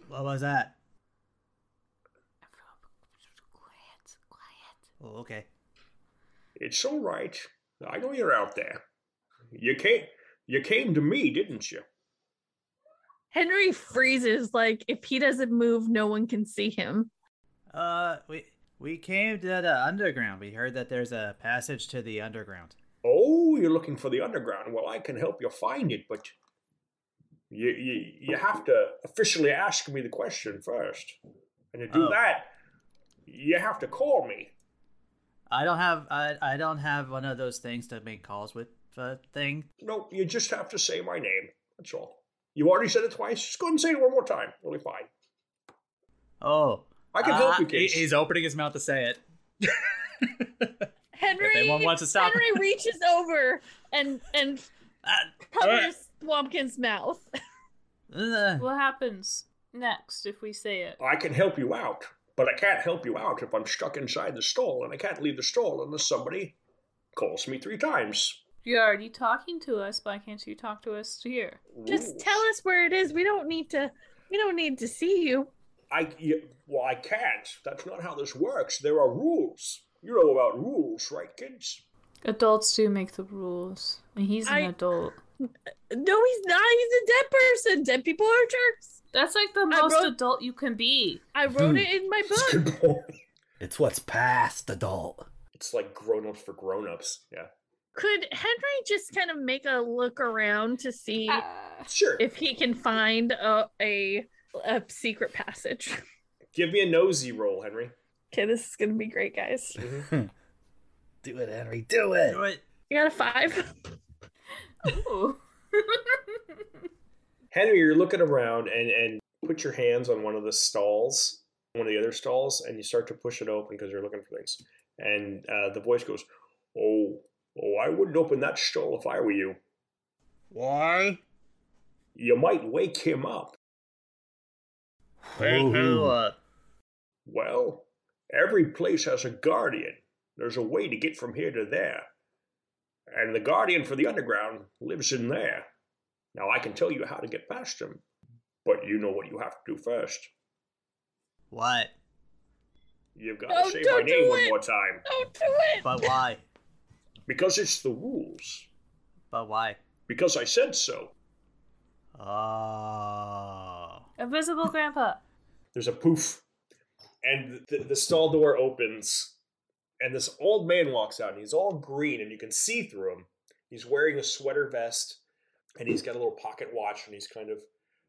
What was that?
Quiet, quiet.
Oh, okay.
It's all right. I know you're out there. You came, you came to me, didn't you?
Henry freezes like if he doesn't move, no one can see him.
Uh, we we came to the underground. We heard that there's a passage to the underground.
Oh, you're looking for the underground. Well, I can help you find it, but you you, you have to officially ask me the question first. And to do
Oh.
that, you have to call me.
I don't have I I don't have one of those things to make calls with uh, thing.
No, you just have to say my name. That's all. You already said it twice. Just go ahead and say it one more time. It'll be fine.
Oh,
I can help you, kids.
He's opening his mouth to say it.
Henry
anyone wants to stop- Ah,
Henry reaches over and and covers Swampkin's mouth.
Uh,
What happens next if we say it?
I can help you out, but I can't help you out if I'm stuck inside the stall and I can't leave the stall unless somebody calls me three times.
You're already talking to us. Why can't you talk to us here?
Just
Ooh.
tell us where it is. We don't need to we don't need to see you.
I you, well, I can't. That's not how this works. There are rules. You know about rules, right, kids?
Adults do make the rules, and he's an
I-
adult.
No, he's not. He's a dead person. Dead people are jerks.
That's like the
I
most
wrote-
adult you can be.
I wrote it in my book.
Good boy.
It's what's past adult.
It's like grown ups for grown ups. Yeah.
Could Henry just kind of make a look around to see
Uh,
Sure.
if he can find a a, a secret passage?
Give me a nosy roll, Henry.
Okay, this is gonna be great, guys.
Do it, Henry. Do it.
Mm-hmm. do it.
You got a five.
Ooh.
Henry, you're looking around and and put your hands on one of the stalls, one of the other stalls, and you start to push it open because you're looking for things. And uh, the voice goes, "Oh, oh, I wouldn't open that stall if I were you.
Why?
You might wake him up."
Wake him
uh,
up.
Well, every place has a guardian. There's a way to get from here to there. And the guardian for the underground lives in there. Now, I can tell you how to get past him, but you know what you have to do first.
What?
You've got
No,
to say my
don't
name
do
one
it.
more time
Don't do it.
But why?
because it's the rules.
but why?
Because I said so.
Oh.
Invisible Grandpa.
There's a poof, and the, the stall door opens, and this old man walks out, and he's all green, and you can see through him. He's wearing a sweater vest, and he's got a little pocket watch, and he's kind of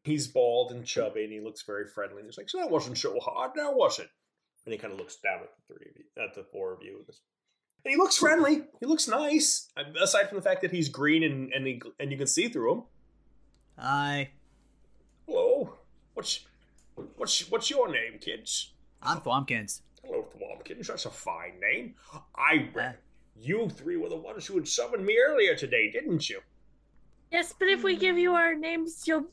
he's bald and chubby, and he looks very friendly. And he's like, "So that wasn't so hard, now was it?" And he kind of looks down at the three of you, at the four of you. And he looks friendly. He looks nice, aside from the fact that he's green and and, he, and you can see through him.
I
Hello, what's what's what's your name, kids?
I'm Thwompkins.
Hello, Thwompkins. That's a fine name. I read you three were the ones who had summoned me earlier today, didn't you?
Yes, but if we give you our names, you'll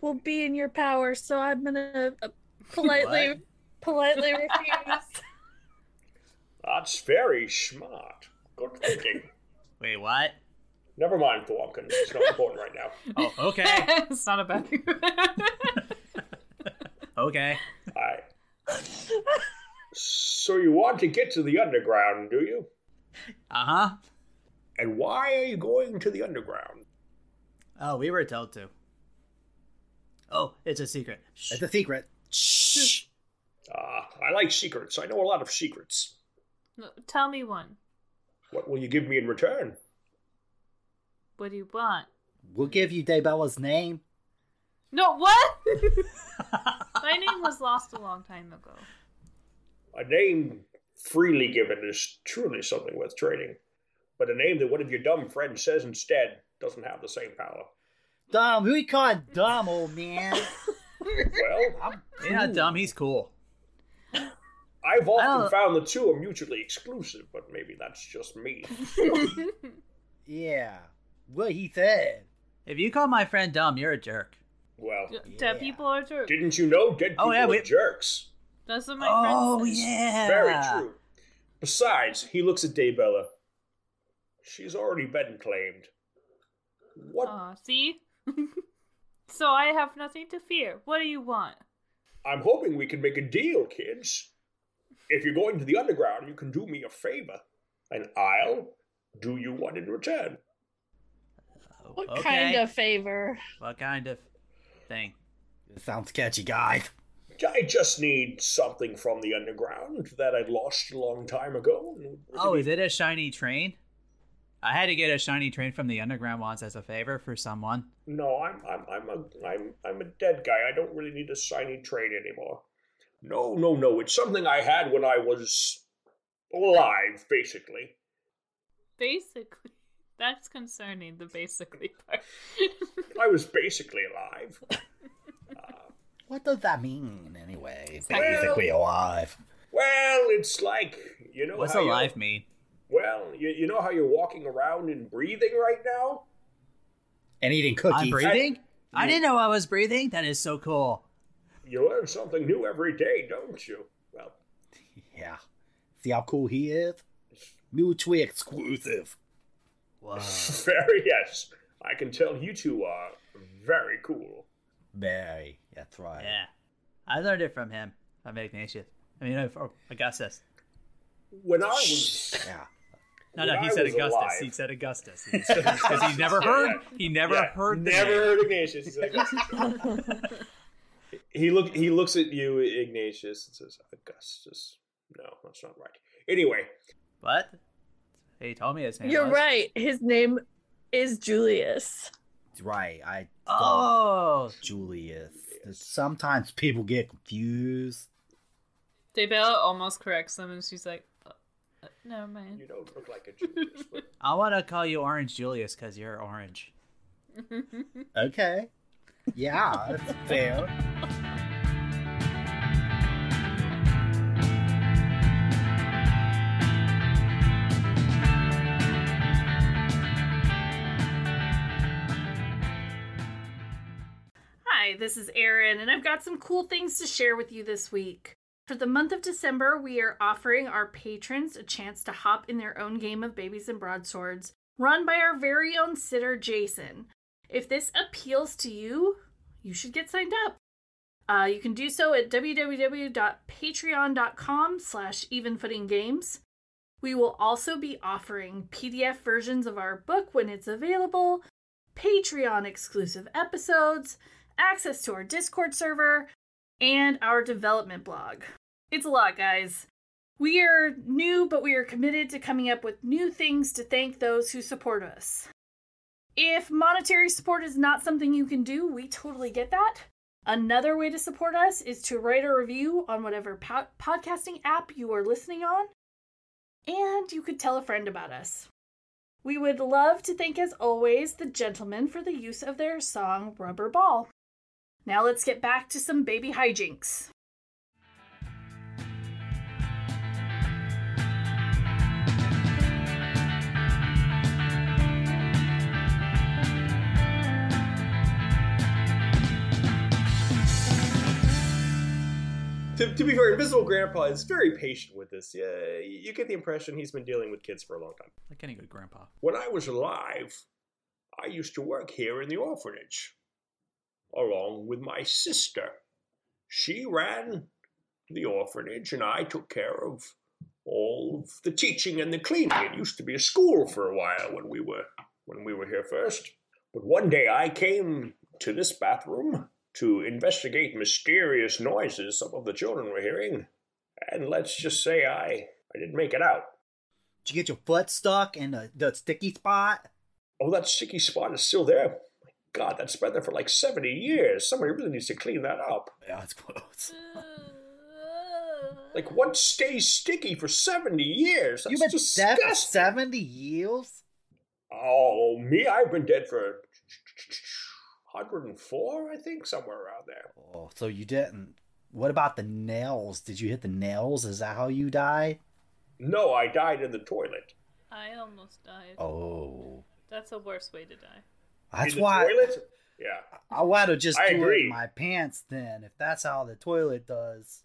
we'll be in your power. So I'm gonna uh, politely politely refuse.
That's very smart. Good thinking.
Wait, what?
Never mind, Thwompkins. It's not important right now.
Oh, okay.
it's not about you.
okay.
I. So you want to get to the underground, do you?
Uh huh.
And why are you going to the underground?
Oh, we were told to. Oh, it's a secret. Shh.
It's a secret.
Shh.
Ah, I like secrets. I know a lot of secrets.
No, Tell me one.
What will you give me in return?
What do you want?
We'll give you Daybella's name.
No, what? My name was lost a long time ago.
A name freely given is truly something worth trading. But a name that one of your dumb friends says instead doesn't have the same power.
Dumb. Who you calling dumb, old man?
Well,
You're not dumb. He's cool.
I've often
Oh.
found the two are mutually exclusive, but maybe that's just me.
yeah. What he said.
If you call my friend dumb, you're a jerk.
Well,
D- Dead people are true.
didn't you know dead people
Oh, yeah,
are
we-
jerks?
That's what my
Oh
friend said.
yeah.
Very true. Besides, he looks at Daybella. She's already been claimed. What?
Aw, see? so I have nothing to fear. What do you want?
I'm hoping we can make a deal, kids. If you're going to the underground, you can do me a favor, and I'll do you one in return.
What
Okay.
kind of favor?
What kind of thing?
It sounds catchy, guys.
I just need something from the underground that I lost a long time ago. and would
Oh, is it a shiny train? I had to get a shiny train from the underground once as a favor for someone.
No, I'm I'm I'm a I'm I'm a dead guy. I don't really need a shiny train anymore. No, no, no. It's something I had when I was alive, basically.
Basically. That's concerning, the basically part.
I was basically alive.
What does that mean, anyway?
Well-
Basically alive.
Well, it's like you know
What's
how you-
alive mean?
well, you, you know how you're walking around and breathing right now.
And eating
I'm
cookies.
breathing? I, didn't know I was breathing. That is so cool.
You learn something new every day, don't you? Well,
yeah. See how cool he is? Mutually exclusive.
Whoa.
very yes. I can tell you two are very cool.
Barry. That's right.
Yeah. I learned it from him, from Ignatius. I mean, uh, from Augustus.
When I was
Yeah.
No,
When
no, he
I
said
was
Augustus.
alive-
He said Augustus. Because he never heard. He never
Yeah,
heard. The
never
name.
heard Ignatius. He's like, he look he looks at you, Ignatius, and says, "Augustus, no, that's not right." Anyway,
What? He told me his name.
You're
was.
right. His name is Julius.
That's right. I thought
Oh,
Julius. Sometimes people get confused.
Daybella almost corrects them and she's like, uh, uh, never mind.
you don't look like a Julius, but
I want to call you Orange Julius because you're orange.
Okay. Yeah, that's fair.
Hi, this is Erin, and I've got some cool things to share with you this week. For the month of December, we are offering our patrons a chance to hop in their own game of Babies and Broadswords, run by our very own sitter, Jason. If this appeals to you, you should get signed up. Uh, you can do so at www.patreon.com slash evenfootinggames. We will also be offering PDF versions of our book when it's available, Patreon exclusive episodes, access to our Discord server, and our development blog. It's a lot, guys. We are new, but we are committed to coming up with new things to thank those who support us. If monetary support is not something you can do, we totally get that. Another way to support us is to write a review on whatever po- podcasting app you are listening on, and you could tell a friend about us. We would love to thank, as always, the gentlemen for the use of their song Rubber Ball. Now let's get back to some baby hijinks.
to, to be fair, Invisible Grandpa is very patient with this. Yeah, you get the impression he's been dealing with kids for a long time.
Like any good grandpa.
When I was alive, I used to work here in the orphanage, along with my sister. She ran the orphanage, and I took care of all of the teaching and the cleaning. It used to be a school for a while when we were when we were here first. But one day I came to this bathroom to investigate mysterious noises some of the children were hearing, and let's just say I I didn't make it out.
Did you get your foot stuck in the, the sticky spot?
Oh, that sticky spot is still there. My God, that's been there for like seventy years. Somebody really needs to clean that up.
Yeah, it's close.
Like what stays sticky for seventy years? That's
You've been deaf for
disgusting.
70 years?
Oh, me, I've been dead for 104, I think, somewhere around there.
Oh,
So you didn't. What about the nails? Did you hit the nails? Is that how you die?
No, I died in the toilet.
I almost died.
Oh.
That's a worse way to die.
That's
in the
why
toilet? Yeah.
I would have just
I
do it
agree.
in my pants then, if that's how the toilet does.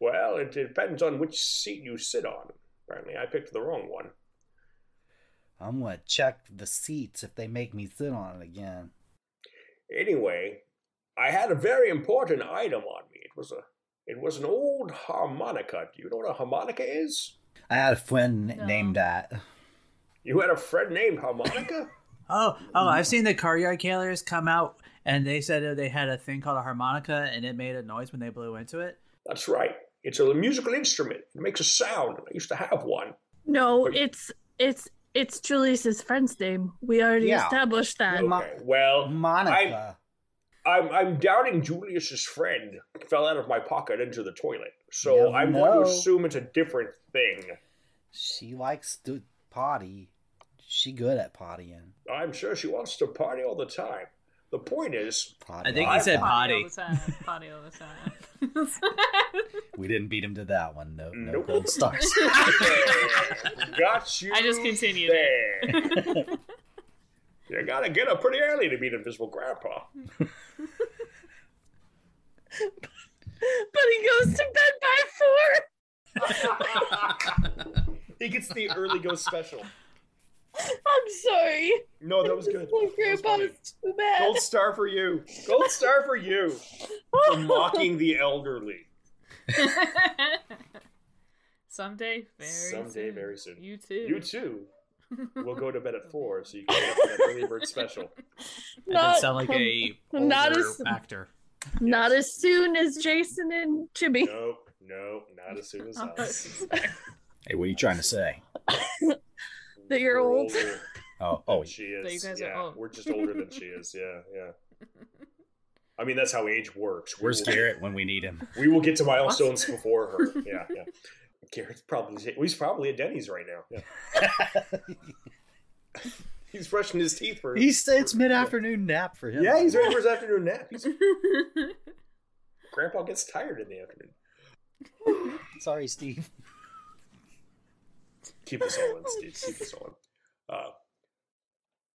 Well, it depends on which seat you sit on. Apparently, I picked the wrong one.
I'm going to check the seats if they make me sit on it again.
Anyway, I had a very important item on me. It was a it was an old harmonica. Do you know what a harmonica is?
I had a friend n-
No.
named that.
You had a friend named Harmonica?
Oh, oh, I've seen the car yard killers come out and they said that they had a thing called a harmonica and it made a noise when they blew into it.
That's right. It's a musical instrument. It makes a sound. I used to have one.
No, it's it's it's Julius's friend's name. We already
Yeah.
established that.
Ma-
Okay. Well, I'm,
Monica.
I'm I'm doubting Julius's friend fell out of my pocket into the toilet. So
Never
I'm going
know.
to assume it's a different thing.
She likes to potty. She good at pottying.
I'm sure she wants to party all the time. The point is,
Potty.
I think he said
Potty
potty.
all the time. Potty all the time.
we didn't beat him to that one. No, no
Nope.
gold stars.
got you.
I just continued
there. you gotta get up pretty early to meet Invisible Grandpa.
But he goes to bed by four.
He gets the early go special.
I'm sorry.
No, that was good.
My grandpa
funny.
is too bad.
Gold star for you. Gold star for you for mocking the elderly.
Someday, very
Someday,
soon.
very soon.
You too.
You too. We'll go to bed at four, so you can get up for that early bird special.
That didn't
Not-
sound like a
not
older
as-
actor.
Not as soon as Jason and Jimmy.
No, no, not as
Oh,
soon as us.
hey, what are you trying to say?
That you're
We're
old.
older than
Oh, oh,
she is.
That you guys are
yeah,
old.
we're just older than she is. Yeah, yeah. I mean, that's how age works. We
where's
will-
Garrett when we need him?
We will get to milestones before her. Yeah, yeah. Garrett's probably he's probably at Denny's right now. Yeah. he's brushing his teeth for.
He's it's mid afternoon nap for him.
Yeah, he's ready for his afternoon nap. He's, Grandpa gets tired in the afternoon.
Sorry, Steve.
Keep us all in, Steve. Keep us all in. Uh,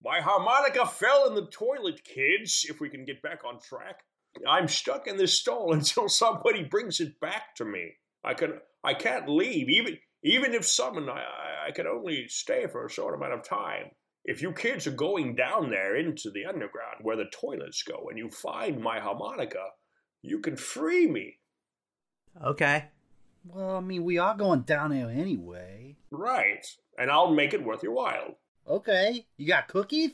my harmonica fell in the toilet, kids, if we can get back on track. I'm stuck in this stall until somebody brings it back to me. I can I can't leave, even even if summoned, I, I, I can only stay for a short amount of time. If you kids are going down there into the underground where the toilets go and you find my harmonica, you can free me.
Okay.
Well, I mean, we are going downhill anyway.
Right. And I'll make it worth your while.
Okay, you got cookies?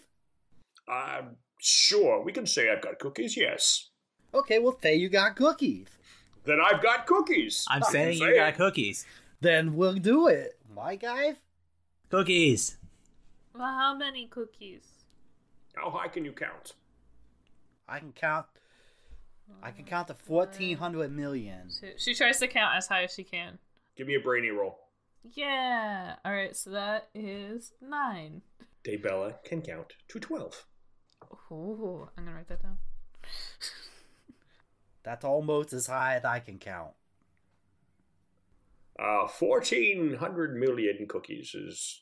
I'm sure we can say I've got cookies, yes.
Okay, well, say you got cookies.
Then I've got cookies.
I'm
You can
saying you
say
got
it.
cookies.
Then we'll do it. Why, guys?
Cookies.
well, how many cookies?
How high can you count?
I can count. I can count to fourteen hundred million.
She, she tries to count as high as she can.
Give me a brainy roll.
Yeah. All right. So that is nine.
Daybella can count to 12.
Ooh, I'm gonna write that down.
That's almost as high as I can count.
Uh, 1,400 million cookies is.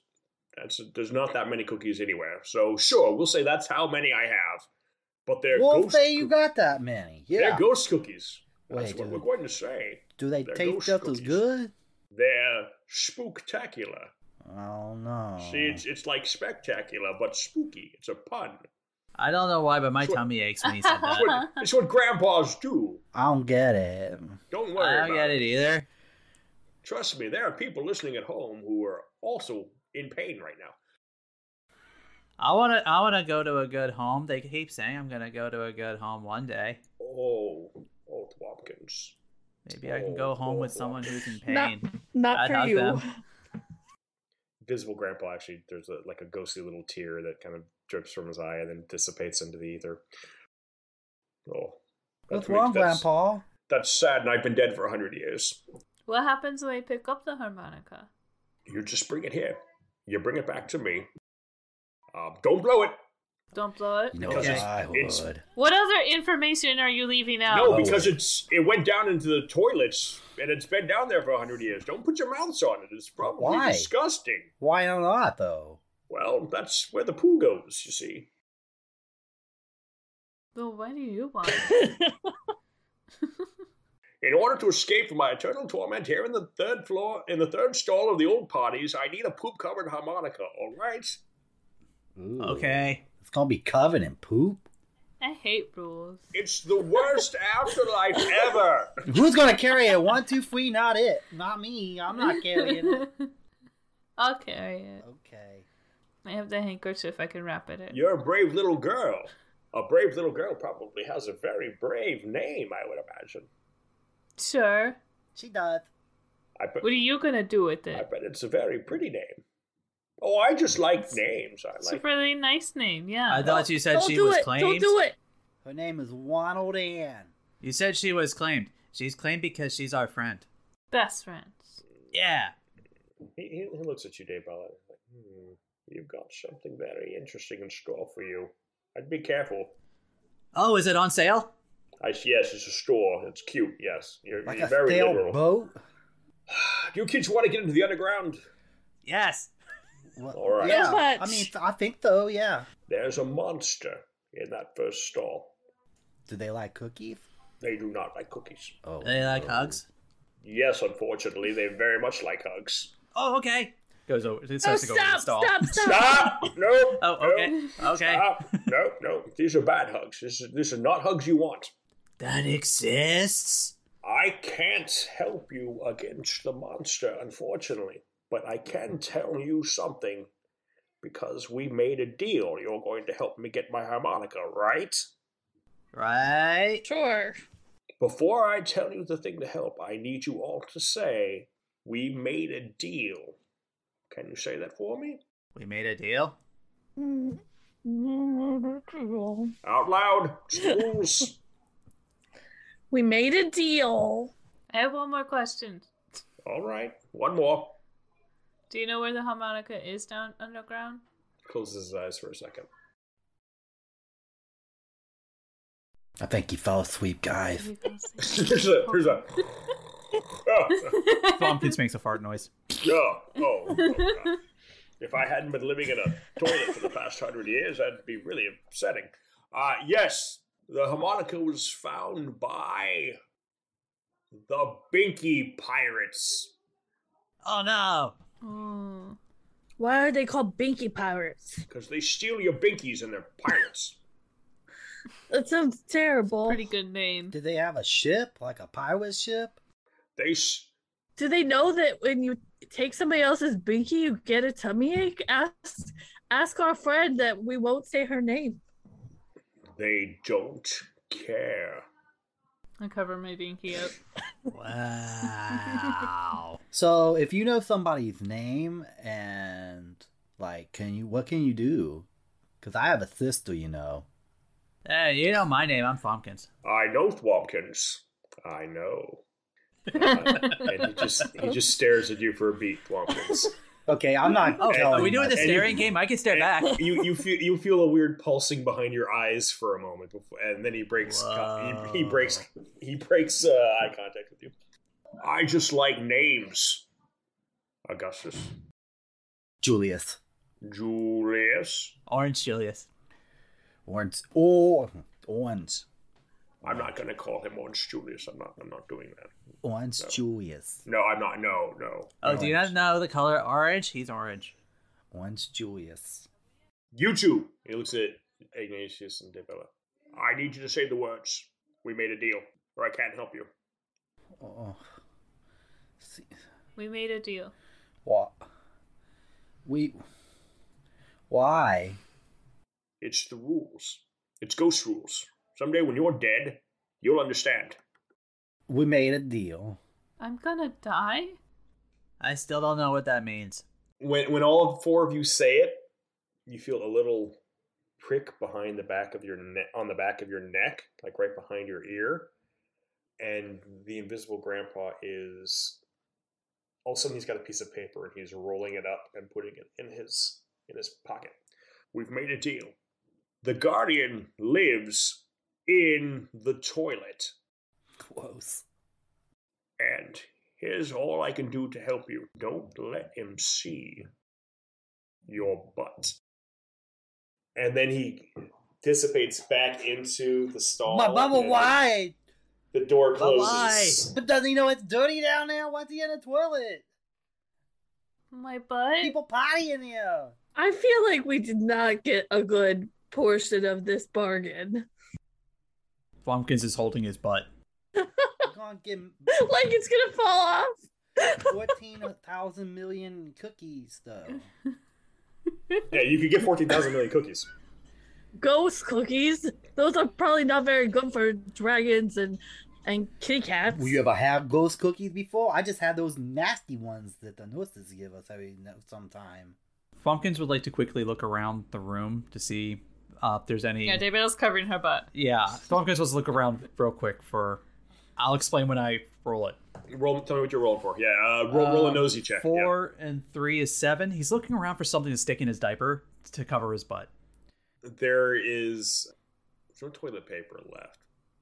That's, there's not that many cookies anywhere. So, sure, we'll say that's how many I have. But they're
We'll
ghost
say you
coo-
got that many. Yeah.
They're ghost cookies. That's
Wait,
what
uh,
we're going to say.
Do they
they're
taste
ghost
just as
cookies.
good?
They're spooktacular.
Oh no.
See, it's, it's like spectacular, but spooky. It's a pun.
I don't know why, but my
Sure.
tummy aches when he said
It's
that.
what, it's what grandpas do.
I don't get it.
Don't worry.
I don't
about
get it either.
Trust me, there are people listening at home who are also in pain right now.
I wanna I wanna go to a good home. They keep saying I'm gonna go to a good home one day.
Oh, old Wampkins.
Maybe I can go home with someone who's in pain.
Not- not
I'd
for
hug
you.
Visible Grandpa actually, there's a, like a ghostly little tear that kind of drips from his eye and then dissipates into the ether. Oh,
What's
that makes-
wrong,
that's-
Grandpa?
That's sad, and I've been dead for a hundred years.
What happens when I pick up the harmonica?
You just bring it here. You bring it back to me. Um, don't blow it.
Don't blow it.
You know,
Because
I
it's-
would.
What other information are you leaving out?
No,
Oh.
because it's it went down into the toilets and it's been down there for a hundred years. Don't put your mouths on it. It's probably
Why?
disgusting.
Why not, though?
Well, that's where the poo goes. You see.
Well, why do you want? it?
In order to escape from my eternal torment here in the third floor, in the third stall of the old parties, I need a poop-covered harmonica. All right.
Ooh.
Okay.
It's gonna be covered in poop.
I hate rules.
It's the worst afterlife ever.
Who's gonna carry it? One, two, three. Not it. Not me. I'm not carrying it.
I'll carry it.
Okay.
I have the handkerchief. I can wrap it in.
You're a brave little girl. A brave little girl probably has a very brave name, I would imagine.
Sure.
She does.
I bet,
What are you gonna do with
I
it?
bet it's a very pretty name. Oh, I just like names. I
It's a
like.
really nice name.
I
Yeah.
thought you said
Don't
she
do
was
it.
claimed.
Don't do it.
Her name is Ronald Ann.
You said she was claimed. She's claimed because she's our friend.
Best friends.
Yeah.
He, he, he looks at you, Daybella. and he's Like, hmm, you've got something very interesting in store for you. I'd be careful.
Oh, is it on sale?
I yes, it's a store. It's cute. Yes, you're,
Like
you're
a
very
stale
literal.
boat.
Do you kids want to get into the underground?
Yes.
Well,
All right.
Yeah.
So much.
I mean, I think though. Yeah.
There's a monster in that first stall.
Do they like cookies?
They do not like cookies.
Oh.
They like hugs.
Yes, unfortunately, they very much like hugs.
Oh, okay. Goes over. It
Oh,
starts to go over the
stop,
stall.
stop, stop.
Stop! No.
Oh, okay. Okay.
Stop! No, no. These are bad hugs. This is this is not hugs you want.
That exists.
I can't help you against the monster, unfortunately, but I can tell you something because we made a deal. You're going to help me get my harmonica, right?
Right.
Sure.
Before I tell you the thing to help, I need you all to say we made a deal. Can you say that for me?
We made a deal.
Out loud, schools.
We made a deal.
I have one more question.
all right, one more.
Do you know where the harmonica is down underground?
Closes his eyes for a second.
I think you fell asleep, guys.
here's a, here's a. oh,
Pumpkins makes a fart noise.
oh, oh, oh, God. If I hadn't been living in a toilet for the past hundred years, that'd be really upsetting. Uh, yes, the harmonica was found by the Binky Pirates.
Oh no.
Oh.
Why are they called Binky Pirates?
Because they steal your binkies and they're pirates.
That sounds terrible.
Pretty good name.
Did they have a ship, like a pirate ship?
They s-
Do they know that when you take somebody else's binky, you get a tummy ache? Ask, ask our friend that we won't say her name.
they don't care.
I cover my binky up.
Wow.
So if you know somebody's name and like, can you? What can you do? Because I have a sister, you know.
hey, you know my name. I'm Pumpkins.
I know Thwompkins. I know. Uh, and he just he just stares at you for a beat, Thwompkins.
Okay, I'm not.
Oh,
telling
are we doing
my-
the
and you-
staring game? I can stare back.
you you feel you feel a weird pulsing behind your eyes for a moment, before, and then he breaks
Whoa.
he, he breaks he breaks uh, eye contact with you. I just like names. Augustus,
Julius.
Julius.
Orange Julius.
Orange. Oh, orange.
I'm not going to call him Orange Julius. I'm not. I'm not doing that.
Orange Julius.
No, I'm not. No, no.
Oh, do you not know the color orange? He's orange.
Orange Julius.
You two. He looks at Ignatius and Davila. I need you to say the words. We made a deal, or I can't help you.
Oh. See,
We made a deal.
What? We. Why?
It's the rules. It's ghost rules. Someday when you're dead, you'll understand.
We made a deal.
I'm gonna die?
I still don't know what that means.
When when all four of you say it, you feel a little prick behind the back of your neck on the back of your neck, like right behind your ear. And the invisible grandpa is all of a sudden he's got a piece of paper and he's rolling it up and putting it in his in his pocket. We've made a deal. The guardian lives in the toilet.
Close.
And here's all I can do to help you. Don't let him see your butt. And then he dissipates back into the stall.
My Bubba,
and
why?
The door
But
closes.
why? But doesn't he know it's dirty down there? Why's he in the toilet?
My butt?
People potty in here.
I feel like we did not get a good portion of this bargain.
Flumpkins is holding his butt.
We're gonna get
like it's gonna fall off.
fourteen thousand million cookies though.
Yeah, you could get 14,000 million cookies.
Ghost cookies. Those are probably not very good for dragons and and kitty cats.
Well, you ever had ghost cookies before? I just had those nasty ones that the nurses give us every no- sometime.
Flumpkins would like to quickly look around the room to see uh, if there's any.
Yeah, Daybell's covering her butt.
Yeah, Flumpkins wants to look around real quick for. I'll explain when I roll it.
Roll, tell me what you're rolling for. Yeah, uh, roll, roll a
Um,
nosy check. yeah.
Four and three is seven. He's looking around for something to stick in his diaper to cover his butt.
there is there's no toilet paper left,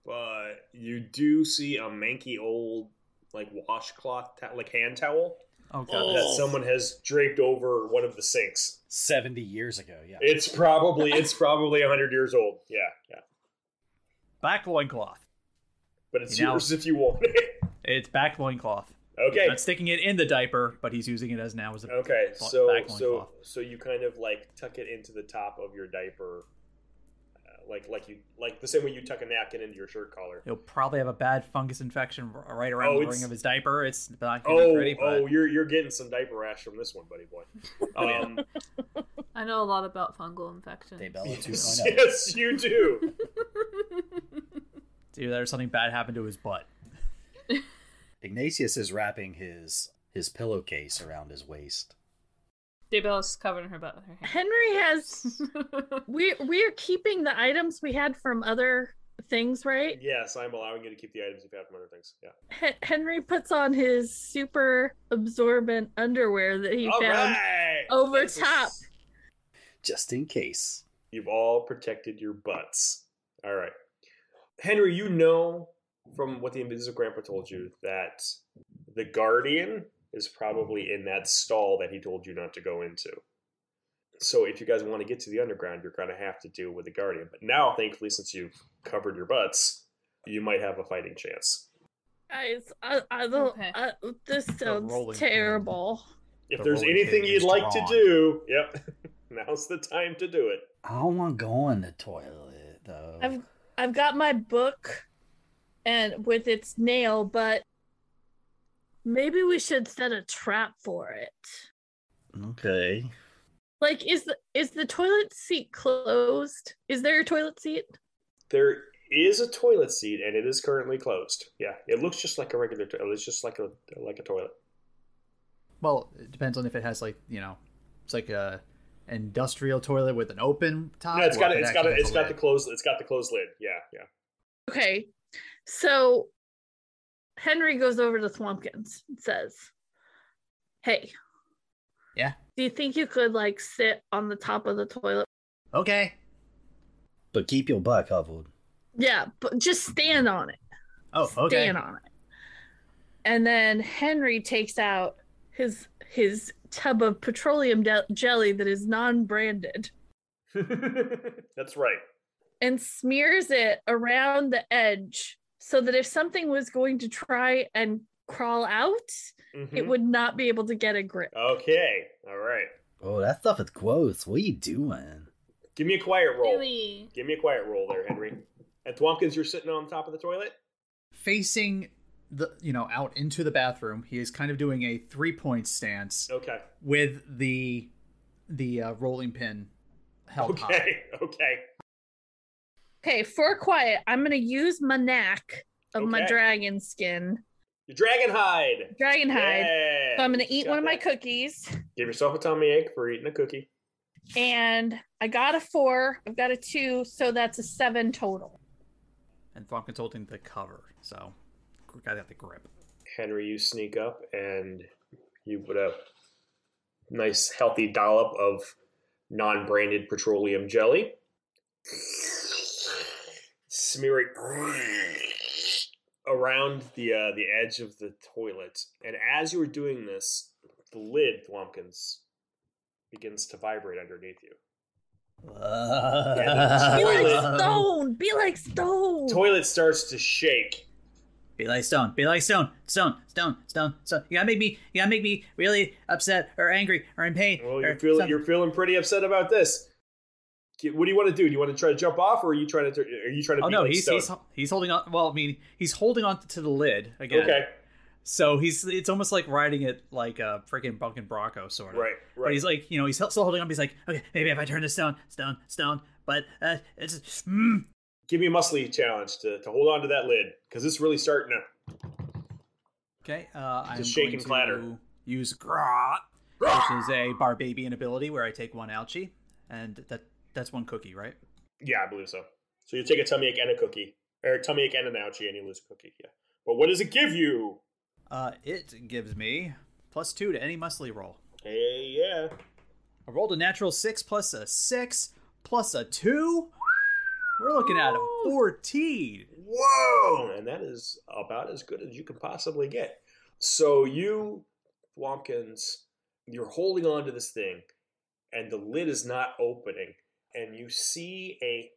but you do see a manky old like washcloth, ta- like hand towel
Oh god.
that someone has draped over one of the sinks.
Seventy years ago, yeah.
It's probably it's probably hundred years old. Yeah, yeah.
Back loincloth.
But it's
You know-
yours if you want it.
It's back loincloth.
okay.
Not sticking it in the diaper, but he's using it as now as a
Okay.
bu-
So
back
so
loincloth.
so you kind of like tuck it into the top of your diaper. uh, Like like you like the same way you tuck a napkin into your shirt collar.
He'll probably have a bad fungus infection r- right around
Oh,
the
it's-
ring of his diaper. It's not gonna be
Oh,
pretty, but
oh, you're you're getting some diaper rash from this one, buddy boy. Um,
I know a lot about fungal infections.
Daybella
yes,
2.0.
yes, you do.
it's either something bad happened to his butt.
Ignatius is wrapping his his pillowcase around his waist.
Daybell's covering her butt with her hand.
Henry has we we're keeping the items we had from other things, right?
yes, I'm allowing you to keep the items you've had from other things. Yeah.
Hen- Henry puts on his super absorbent underwear that he
All
found
right!
over
This is-
top.
Just in case.
You've all protected your butts. All right, Henry. You know from what the invisible grandpa told you that the guardian is probably in that stall that he told you not to go into. So if you guys want to get to the underground, you're going to have to deal with the guardian. But now, thankfully, since you've covered your butts, you might have a fighting chance.
Guys, I, I don't.
Okay.
I, this
rolling
sounds
pin.
terrible.
If
The
there's
rolling
anything
pin
you'd
is
like to
drawn.
do, yep, now's the time to do it.
I don't want to go in the toilet though.
I've I've got my book, and with its nail, but maybe we should set a trap for it.
Okay.
Like, is the is the toilet seat closed? Is there a toilet seat?
There is a toilet seat, and it is currently closed. Yeah, it looks just like a regular toilet. It's just like a like a toilet.
Well, it depends on if it has like you know, it's like a industrial toilet with an open top.
No, it's
or
got
if
it,
it
has got
actually
it,
has
it's
a
got the
lid.
closed it's got the closed lid. Yeah, yeah.
Okay, so Henry goes over to Thwompkins and says, "Hey,
Yeah.
do you think you could like sit on the top of the toilet?
Okay.
But keep your butt covered.
Yeah, but just stand on it."
Oh, okay.
stand on it. And then Henry takes out his his tub of petroleum de- jelly that is non-branded
That's right.
and smears it around the edge so that if something was going to try and crawl out, it
Mhm.
would not be able to get a grip.
Uh. Okay. All right.
Oh, that stuff is gross. What are you doing?
Give me a quiet roll.
Really?
Give me a quiet roll there, Henry. And Thwompkins, you're sitting on top of the toilet.
Facing the you know out into the bathroom. He is kind of doing a three point stance.
Okay.
With the the uh, rolling pin held high.
Okay. Okay.
Okay, for quiet, I'm gonna use my knack of my
Okay.
dragon skin,
Your dragon hide.
dragon hide.
Yeah.
So I'm gonna eat
Got
one of my
that.
cookies,
Give yourself a tummy ache for eating a cookie.
and I got a four. I've got a two, so that's a seven total.
And Thwompkins holding the cover, so gotta have the grip.
Henry, you sneak up and you put a nice healthy dollop of non branded petroleum jelly. Smear it around the uh, the edge of the toilet. And as you are doing this, the lid, Lumpkins, begins to vibrate underneath you.
Be like
Toilet.
stone. Be like stone.
Toilet starts to shake.
Be like stone. Be like stone. Stone. Stone. Stone. Stone. You gotta make me. You gotta make me really upset or angry or in pain.
Well,
or
you're feeling
something.
you're feeling pretty upset about this. Get- What do you want to do? Do you want to try to jump off, or are you trying to? Are you trying to?
Oh
be
no,
like
he's,
Stone?
he's he's holding on. Well, I mean, he's holding on to the lid again.
okay.
So he's it's almost like riding it like a freaking Bunkin' Bronco sort of.
Right,
But
right.
he's like, you know, he's still holding on. but He's like, okay, maybe if I turn this stone, stone, stone. But uh, it's mm.
Give me a muscly challenge to, to hold on to that lid because it's really starting to.
okay. Uh, I'm
Just shake
going
and clatter.
to use Grot, which is a Barbabian ability where I take one ouchie, and that that's one cookie, right?
Yeah, I believe so. So you take a tummy ache and a cookie, or a tummy ache and an ouchie, and you lose a cookie. Yeah. But what does it give you?
Uh, it gives me plus two to any muscly roll.
Hey, yeah.
I rolled a natural six plus a six plus a two. We're looking at a 14.
Whoa! And that is about as good as you can possibly get. So you, Wompkins, you're holding on to this thing, and the lid is not opening, and you see a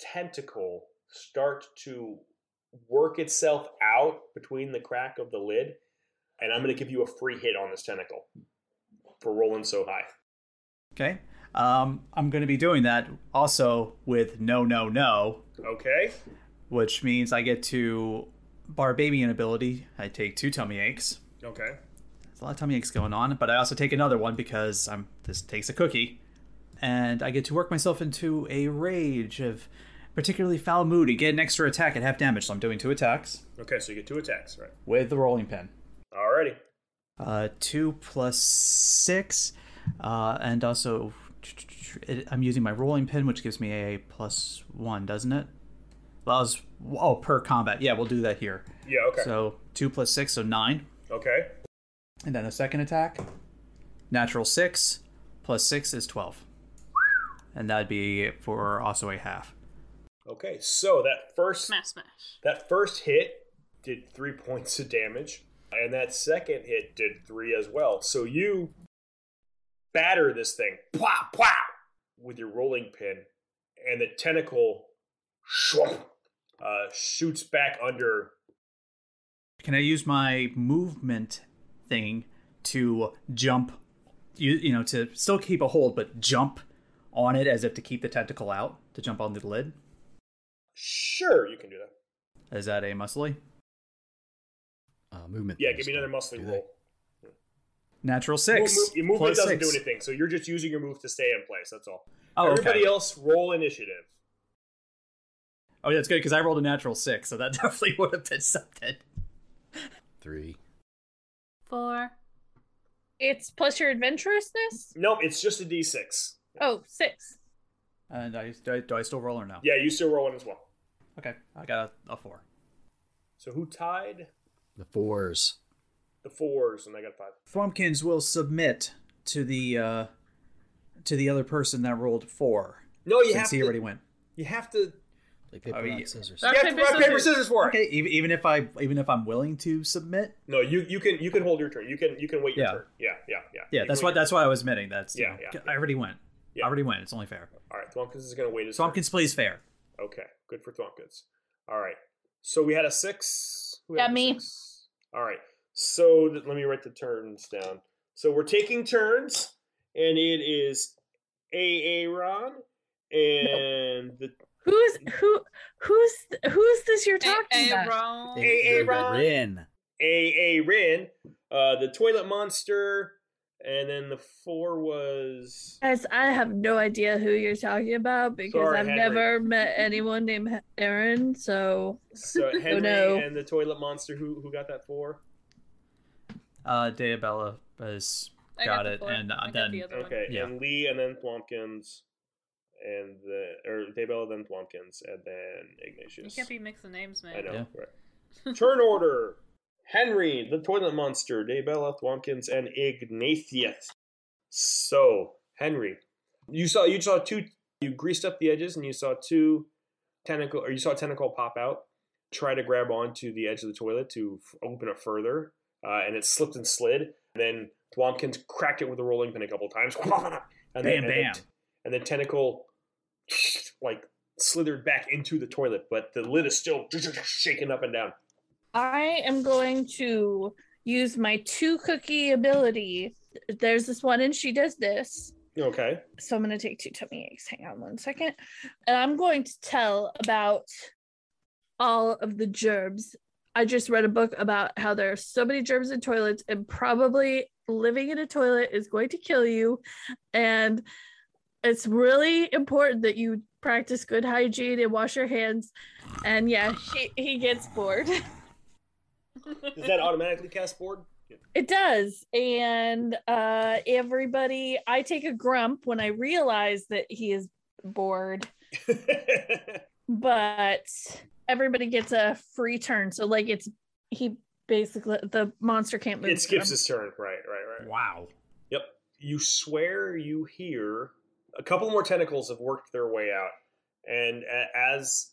tentacle start to work itself out between the crack of the lid. And I'm going to give you a free hit on this tentacle for rolling so high.
Okay. Um, I'm going to be doing that also with no, no, no,
Okay.
which means I get to Barbabian ability. I take two tummy aches.
Okay.
There's a lot of tummy aches going on, but I also take another one because I'm this takes a cookie, and I get to work myself into a rage of particularly foul mood and get an extra attack at half damage. So I'm doing two attacks
Okay, so you get two attacks, right?
with the rolling pin.
Alrighty.
Uh, two plus six, uh, and also it, I'm using my rolling pin, which gives me a plus one, doesn't it? Allows oh per combat. Yeah, we'll do that here.
Yeah, okay.
So two plus six, so nine.
okay.
And then a second attack. Natural six plus six is twelve. And that'd be for also a half.
Okay, so that first
Smash, smash.
That first hit did three points of damage, and that second hit did three as well. So you batter this thing, pwah, pwah, with your rolling pin, and the tentacle shwomp, uh, shoots back under.
Can I use my movement thing to jump you you know, to still keep a hold, but jump on it as if to keep the tentacle out, to jump on the lid?
Sure, you can do that.
Is that a muscly?
Uh, movement.
Yeah,
things
give me another
don't
muscly
do
roll.
Natural
Well,
six.
move- your movement
plus
doesn't
six.
do anything, so you're just using your move to stay in place. That's all.
Oh, okay.
Everybody else, roll initiative.
Oh yeah, it's good because I rolled a natural six, so that definitely would have been something.
Three.
Four.
It's plus your adventurousness.
Nope, it's just a d6.
Oh, six.
And I, do I do I still roll or no?
Yeah, you still rolling as well.
Okay, I got a, a four.
So who tied?
The fours.
The fours, and I got five.
Thwompkins will submit to the uh, to the other person that rolled four.
No, you have
since he
to.
already went.
You have to.
Like paper,
Oh,
rock,
yeah.
scissors.
Rock,
you have
paper,
to rock, paper,
scissors.
scissors for it.
Okay, even, e-, even if I even if I'm willing to submit,
No, you you can you can hold your turn. You can you can wait your
Yeah.
turn. Yeah, yeah, yeah.
yeah,
You
that's
can
why
wait your-
that's why I was admitting. That's
Yeah,
you know,
yeah,
I already went.
Yeah.
I already went. It's only fair.
All right, Thwompkins is going to wait his
Thwompkins plays fair.
turn. Okay, good for Thwompkins. All right, so we had a six. Who
Yeah,
had a
me.
six? All right, so th- let me write the turns down. So we're taking turns, and it is Aaron and the
Who's who? Who's who's this? You're talking about?
Aaron.
Hey,
Aaron.
Rin.
A.A. Rin, uh, the Toilet Monster, and then the four was.
As I have no idea who you're talking about because
Sorry,
I've
Henry.
never met anyone named Aaron, so
So Henry
no.
and the Toilet Monster, who, who got that four?
Uh, Diabella has
I
got,
got the
it,
four.
and
I
uh,
got
then
the other one. Okay,
yeah,
and Lee, and then Plumpkins, and the or Daybella, then Plumpkins, and then
You
Ignatius.
can't be mixing names, man.
I know. Right. Turn order: Henry, the Toilet Monster, Daybella, Plumpkins, and Ignatius. So Henry, you saw you saw two. You greased up the edges, and you saw two tentacle, or you saw a tentacle pop out, try to grab onto the edge of the toilet to f- open it further, uh, and it slipped and slid. And then Dwompkins cracked it with a rolling pin a couple times. And
Bam,
then, and
bam.
Then, and then tentacle like slithered back into the toilet, but the lid is still shaking up and down.
I am going to use my two cookie ability. There's this one, and she does this.
Okay.
So I'm going to take two tummy aches. Hang on one second. And I'm going to tell about all of the germs. I just read a book about how there are so many germs in toilets, and probably living in a toilet is going to kill you. And it's really important that you practice good hygiene and wash your hands. And yeah, he, he gets bored.
Does that automatically cast board?
It does. And uh everybody I take a grump when I realize that he is bored. but everybody gets a free turn. So like it's he basically the monster can't move.
It skips
from-
his turn. Right, right, right. Wow. Yep. You swear you hear a couple more tentacles have worked their way out, and a- as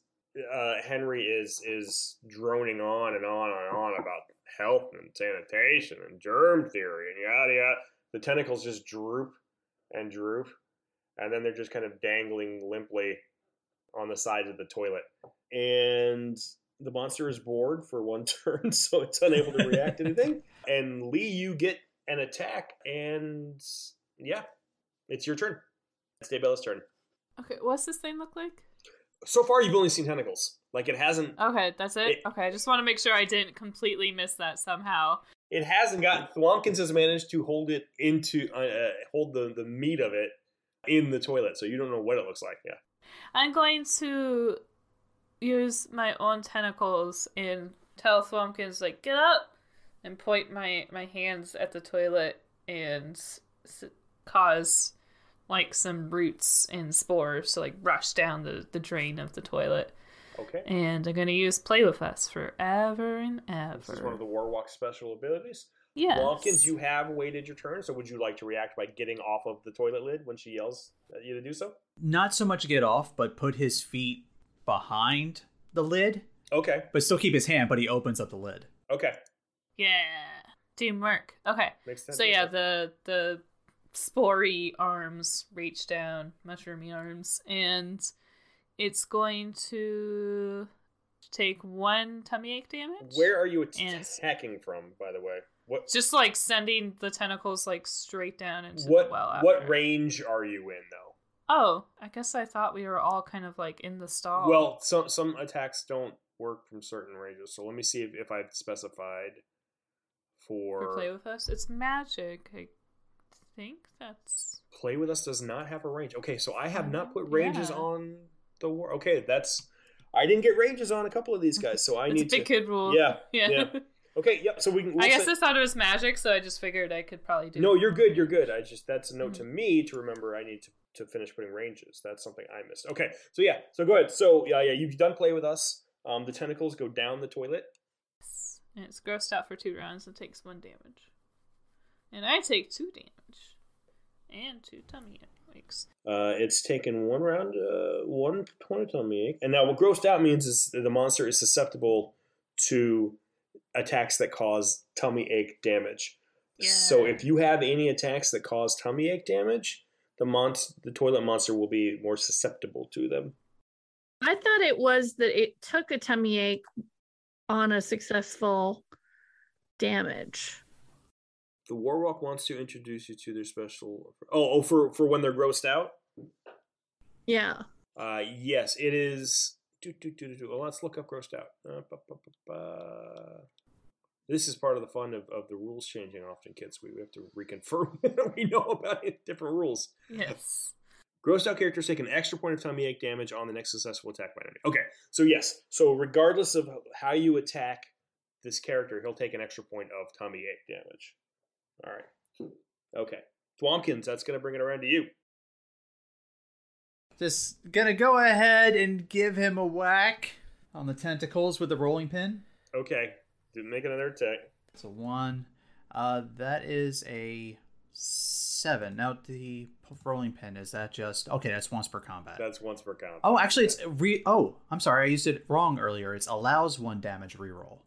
uh, Henry is is droning on and on and on about health and sanitation and germ theory and yada yada, the tentacles just droop and droop, and then they're just kind of dangling limply on the sides of the toilet. And the monster is bored for one turn, so it's unable to react to anything. And Lee, you get an attack, and yeah, it's your turn. It's Daybella's turn.
Okay, what's this thing look like?
So far, you've only seen tentacles. Like it hasn't,
Okay, that's it.
It-
okay, I just want to make sure I didn't completely miss that somehow.
it hasn't gotten. Thwompkins has managed to hold it into, uh, uh, hold the the meat of it in the toilet, so you don't know what it looks like. Yeah.
I'm going to use my own tentacles and tell Thwompkins like get up and point my my hands at the toilet and s- cause like some roots and spores to like rush down the the drain of the toilet.
Okay.
And I'm going to use play with us forever and ever.
This is one of the Warlock special abilities.
Yes.
Watkins, you have waited your turn, so would you like to react by getting off of the toilet lid when she yells at you to do so?
not so much get off, but put his feet behind the lid,
Okay.
but still keep his hand. But he opens up the lid.
Okay.
Yeah. Teamwork. Okay.
Makes sense,
So yeah,
doesn't
the the spory arms reach down, mushroomy arms, and it's going to take one tummy ache damage.
Where are you
Yes.
attacking from, by the way? What
Just like sending the tentacles like straight down into
what
the well. After.
what range are you in though?
Oh, I guess I thought we were all kind of like in the stall.
Well, some some attacks don't work from certain ranges, so let me see if, if I've specified for
for play with us, it's magic. I think that's
Play With us does not have a range. Okay, so I have not put ranges
Um, Yeah.
on the war. Okay, that's I didn't get ranges on a couple of these guys, so I
It's
need
big
to.
kid rule.
Yeah,
Yeah.
yeah. Okay, yep. So we can.
I
we'll
guess
say-
I thought it was magic, so I just figured I could probably do.
No, you're good. You're good. I just that's a note to
Hmm.
me to remember. I need to, to finish putting ranges. That's something I missed. Okay, so yeah, so go ahead. So yeah, yeah, you've done play with us. Um, the tentacles go down the toilet.
And it's grossed out for two rounds and takes one damage. And I take two damage. And two tummy aches.
Uh, it's taken one round, uh, one point on me. And now, what grossed out means is that the monster is susceptible to attacks that cause tummy ache damage. So, if you have any attacks that cause tummy ache damage, the mon- the toilet monster will be more susceptible to them.
I thought it was that it took a tummy ache on a successful damage.
The Warlock wants to introduce you to their special. Oh, oh, for for when they're grossed out.
Yeah.
Uh, yes, it is. Do, do, do, do, do. Well, let's look up grossed out. Uh, ba, ba, ba, ba. This is part of the fun of, of the rules changing often, kids. We, we have to reconfirm what we know about it, different rules.
Yes.
Grossed out characters take an extra point of tummy ache damage on the next successful attack by an enemy. Okay, so yes, so regardless of how you attack this character, he'll take an extra point of tummy ache damage. All right. Okay. Thwompkins, that's going to bring it around to you.
Just gonna go ahead and give him a whack on the tentacles with the rolling pin.
Okay. Didn't make another attack.
It's a one. Uh, that is a seven. Now the p- rolling pin is that just okay? That's once per combat.
That's once per count.
oh, actually, it's re. Oh, I'm sorry, I used it wrong earlier. It's allows one damage reroll.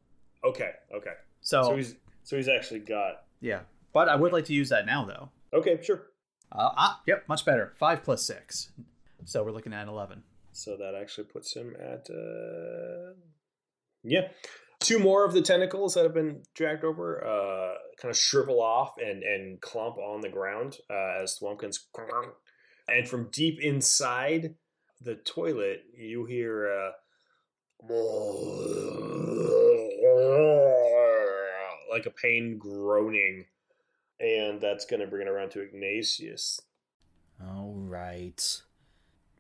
Okay, okay.
So,
So he's so he's actually got.
yeah, but I would like to use that now though.
Okay, sure.
Uh, ah, yep, much better. Five plus six, so we're looking at eleven.
So that actually puts him at uh yeah. Two more of the tentacles that have been dragged over uh kind of shrivel off and and clump on the ground uh, as Swampkins and from deep inside the toilet you hear uh like a pain groaning and that's going to bring it around to Ignatius.
All right.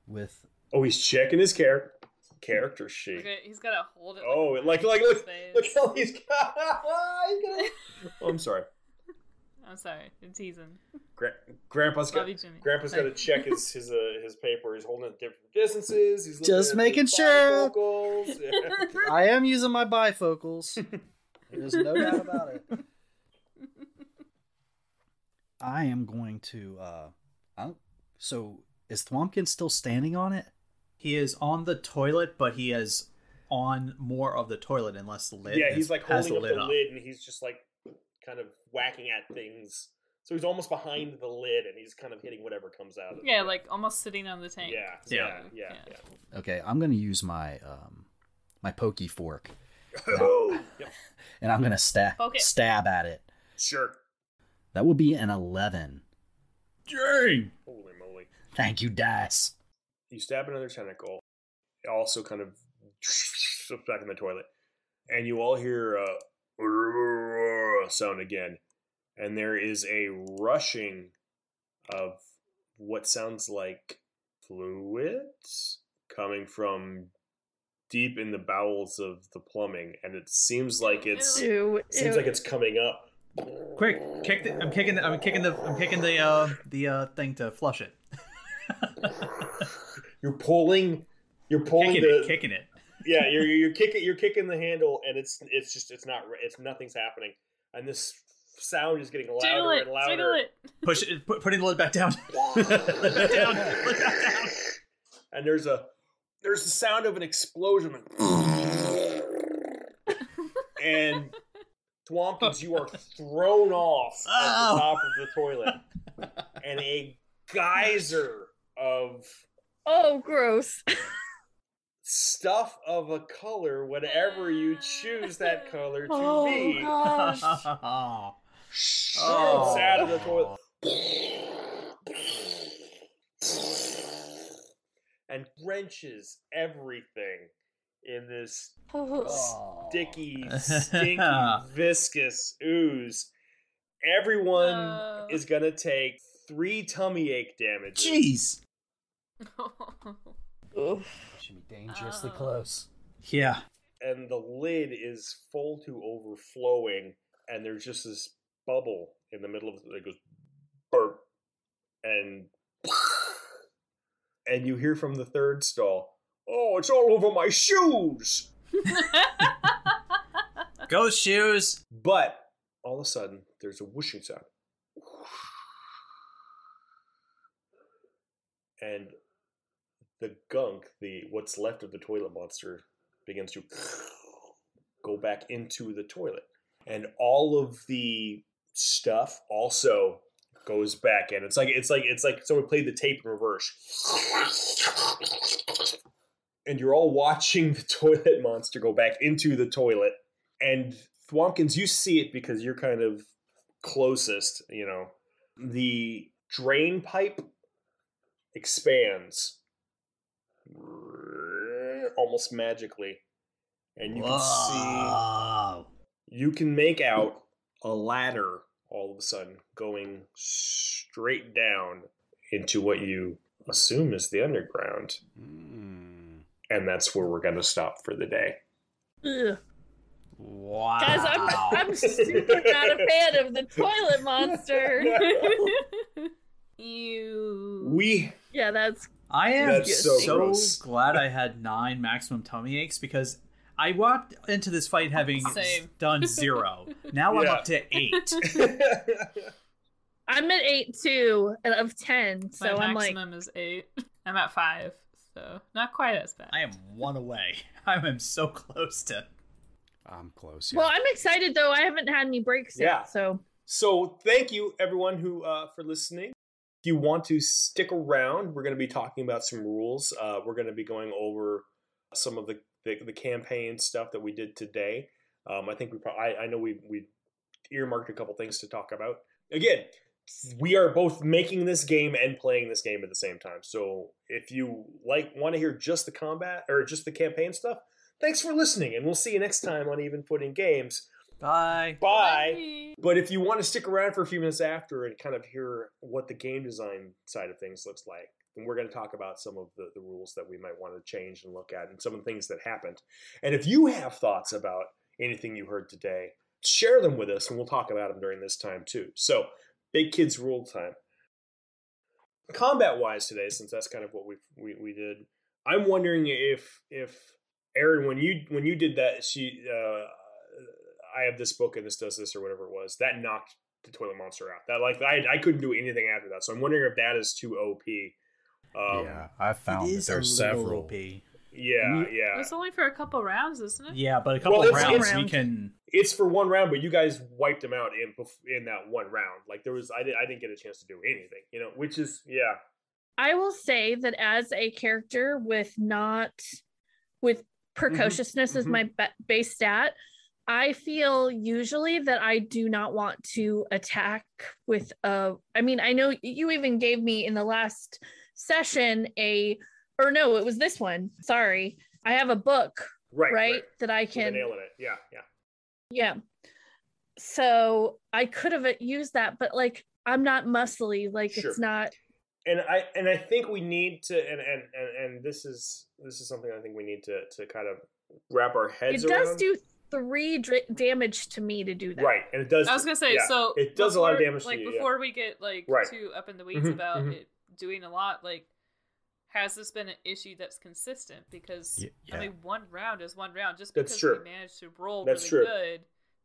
With
Oh, he's checking his char- character sheet.
Okay, he's gotta hold it.
Oh,
a
like like look
face.
look how he's got. he's gonna- oh, I'm sorry,
I'm sorry, I'm teasing.
Gra- Grandpa's got
Bobby Jimmy.
Grandpa's got to check his his uh, his paper. He's holding it at different distances. He's looking
Just
at
making
the
sure.
bifocals. Yeah.
I am using my bifocals. There's no doubt about it. I am going to. uh i So is Thwompkin still standing on it?
He is on the toilet, but he is on more of the toilet and less the lid.
yeah,
and
he's like
has
holding up the
up.
lid, and he's just like kind of whacking at things. So he's almost behind the lid, and he's kind of hitting whatever comes out. of it.
Yeah, like almost sitting on the tank.
Yeah, yeah,
Yeah.
yeah, yeah.
Okay, I'm going to use my um my pokey fork,
Yep,
and I'm going to stab
Poke it.
stab at it.
Sure.
That will be an eleven.
Dang!
Holy moly.
Thank you, Dice.
you stab another tentacle, it also kind of slips back in the toilet, and you all hear a sound again, and there is a rushing of what sounds like fluid coming from deep in the bowels of the plumbing, and it seems like it's
Ew,
seems
ew.
like it's coming up.
Quick, kick the, I'm kicking the, I'm kicking the I'm kicking the uh the uh thing to flush it.
You're pulling, you're pulling
kicking
the
it, kicking it.
yeah, you're you're you're kicking you're kicking the handle, and it's it's just it's not it's nothing's happening, and this sound is getting
Jiggle
louder
it,
and louder.
jiggle it.
Push it, put, putting the lid back down. lid back down, lid back down.
And there's a there's the sound of an explosion, and Twompkins, you are thrown off at
Ow.
the top of the toilet, and a geyser of
Oh, gross.
stuff of a color, whatever you choose that color to
Oh,
be,
gosh.
Oh,
shoots out of the toilet. and wrenches everything in this sticky, stinky, viscous ooze. Everyone
Oh.
is gonna take three tummy ache damages.
jeez.
Should be
dangerously Oh.
close.
Yeah.
And the lid is full to overflowing, and there's just this bubble in the middle of it that goes burp and and you hear from the third stall, Oh, it's all over my shoes!
Ghost shoes.
But all of a sudden, there's a whooshing sound. And the gunk, the what's left of the toilet monster, begins to go back into the toilet. And all of the stuff also goes back in. It's like it's like it's like someone played the tape in reverse. And you're all watching the toilet monster go back into the toilet and Thwompkins, you see it because you're kind of closest, you know. The drain pipe expands almost magically. And you can see
Whoa.
You can make out a ladder all of a sudden going straight down into what you assume is the underground.
Hmm.
And that's where we're going to stop for the day.
Ugh.
Wow.
Guys, I'm, I'm super not a fan of the toilet monster.
You.
We
yeah, that's
I am
That's
so,
so gross.
glad I had nine maximum tummy aches because I walked into this fight having
Same.
done zero. Now I'm
Yeah.
up to eight.
I'm at eight two and of ten, so
my
I'm like
maximum is eight. I'm at five, so not quite as bad.
I am one away. I am so close to.
I'm close.
Well, I'm excited though. I haven't had any breaks
Yeah.
yet, so
So thank you everyone who uh, for listening. If you want to stick around, we're going to be talking about some rules. Uh, we're going to be going over some of the, the the campaign stuff that we did today. Um, I think we probably I, I know we we earmarked a couple things to talk about. Again, we are both making this game and playing this game at the same time. So if you like want to hear just the combat or just the campaign stuff, thanks for listening, and we'll see you next time on Even Footing Games.
Bye.
Bye.
Bye.
But if you want to stick around for a few minutes after and kind of hear what the game design side of things looks like, then we're going to talk about some of the, the rules that we might want to change and look at and some of the things that happened. And if you have thoughts about anything you heard today, share them with us and we'll talk about them during this time too. So, big kids rule time. Combat wise today, since that's kind of what we we, we did, I'm wondering if if Aaron, when you when you did that, she uh, I have this book and this does this or whatever it was that knocked the toilet monster out. That like I, I couldn't do anything after that. So I'm wondering if that is too OP. Um, yeah,
yeah, I found
It
that
is a
there's
little
several.
OP.
yeah,
It's only for a couple rounds, isn't it?
Yeah, but a couple
Well, it's-
rounds
it's-
we can.
It's for one round, but you guys wiped them out in bef- in that one round. Like there was I did I didn't get a chance to do anything. You know, which is yeah.
I will say that as a character with not with precociousness as
mhm.
my ba- base stat, I feel usually that I do not want to attack with a I mean, I know you even gave me in the last session a or no, it was this one. Sorry. I have a book,
Right.
right, that I
You're
can
nailing it. Yeah, yeah.
Yeah. So I could have used that, but like I'm not muscly. Like
Sure.
it's not.
and I and I think we need to and and and, and this is this is something I think we need to to kind of wrap our heads
it
around.
does do three dra- damage to me to do that.
right, and it does.
I was gonna say,
yeah,
so
it does a lot of
before-
damage.
Like
to you,
before we get like
Right.
too up in the weeds
Mhm,
about
mhm.
it doing a lot, like has this been an issue that's consistent? Because
Ye- yeah.
I mean, one round is one round. Just
That's
because
true.
we managed to roll
That's
really
true.
good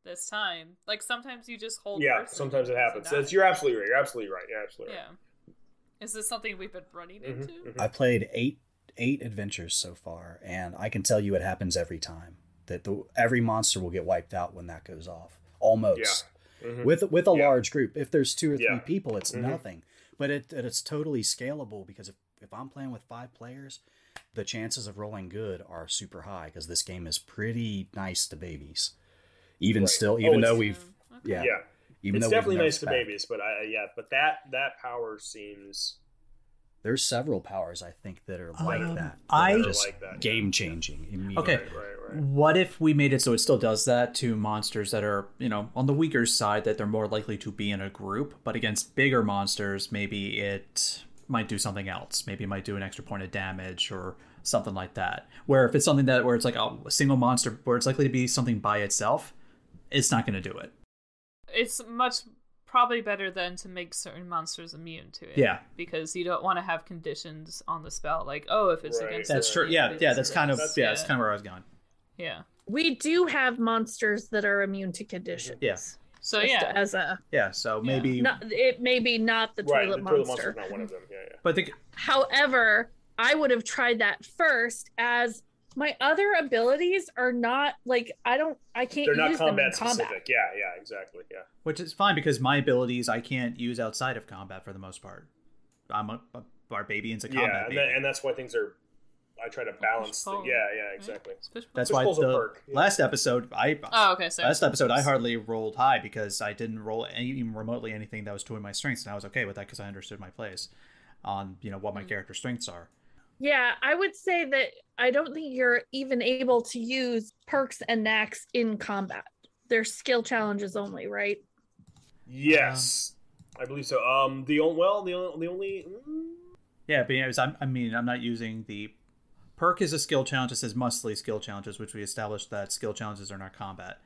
this time, like sometimes you just
yeah.
hold.
yeah,
person
sometimes it
to
happens.
die.
That's, you're absolutely right. You're absolutely right. You're absolutely
yeah.
right.
Is this something we've been running
Mhm,
into?
mhm.
I played eight eight adventures so far, and I can tell you it happens every time that the, every monster will get wiped out when that goes off. Almost
Mhm.
with with a
Yeah.
large group. If there's two or three
Yeah.
people, it's
Mhm.
nothing. But it it's totally scalable because if if I'm playing with five players, the chances of rolling good are super high because this game is pretty nice to babies. Even
Right.
still,
Oh,
even
it's-
though we've
Yeah. Okay.
yeah,
yeah.
even
it's
though we've
definitely nice
nursed
to
back.
babies, but I yeah, but that that power seems
There's several powers I think that are like
Um,
that. that.
I-
are
That are
just
like that, yeah.
game changing. immediately.
Okay.
right, right, right.
What if we made it so it still does that to monsters that are, you know, on the weaker side that they're more likely to be in a group, but against bigger monsters, maybe it might do something else. Maybe it might do an extra point of damage or something like that. Where if it's something that where it's like a single monster where it's likely to be something by itself, it's not going to do it.
it's much probably better than to make certain monsters immune to it.
Yeah.
Because you don't want to have conditions on the spell like, oh, if it's
Right.
against
That's
it,
true. Yeah,
it's
yeah, that's
against
kind of
it.
yeah, that's kind of where I was going.
yeah.
We do have monsters that are immune to conditions.
Yeah.
So Oh,
Just
yeah,
As a
Yeah, so
Yeah.
maybe
not, it may be not the
right,
toilet
the toilet
monster.
monster's not one of them. Yeah, yeah.
but I think
However, I would have tried that first as my other abilities are not like I don't I can't
They're not
use them in
combat
combat.
specific. Yeah, yeah, exactly. Yeah.
Which is fine because my abilities I can't use outside of combat for the most part. I'm a, a Barbabian's a combat
yeah, and,
baby.
that, and that's why things are. I try to
Oh,
balance. the-
forward,
yeah, yeah,
right?
exactly.
It's push-
That's
Push
why
pulls a
the
perk, yeah.
last episode I
Oh, okay. So
last episode I hardly rolled high because I didn't roll any, even remotely anything that was to my strengths, and I was okay with that because I understood my plays on you know what my character strengths are.
Yeah, I would say that I don't think you're even able to use perks and knacks in combat. They're skill challenges only, right?
um,
Yes, I believe so. Um, the only well, the only, the only mm,
Yeah, but anyways, I'm, I mean, I'm not using the perk is a skill challenge. It says mostly skill challenges, which we established that skill challenges are not combat.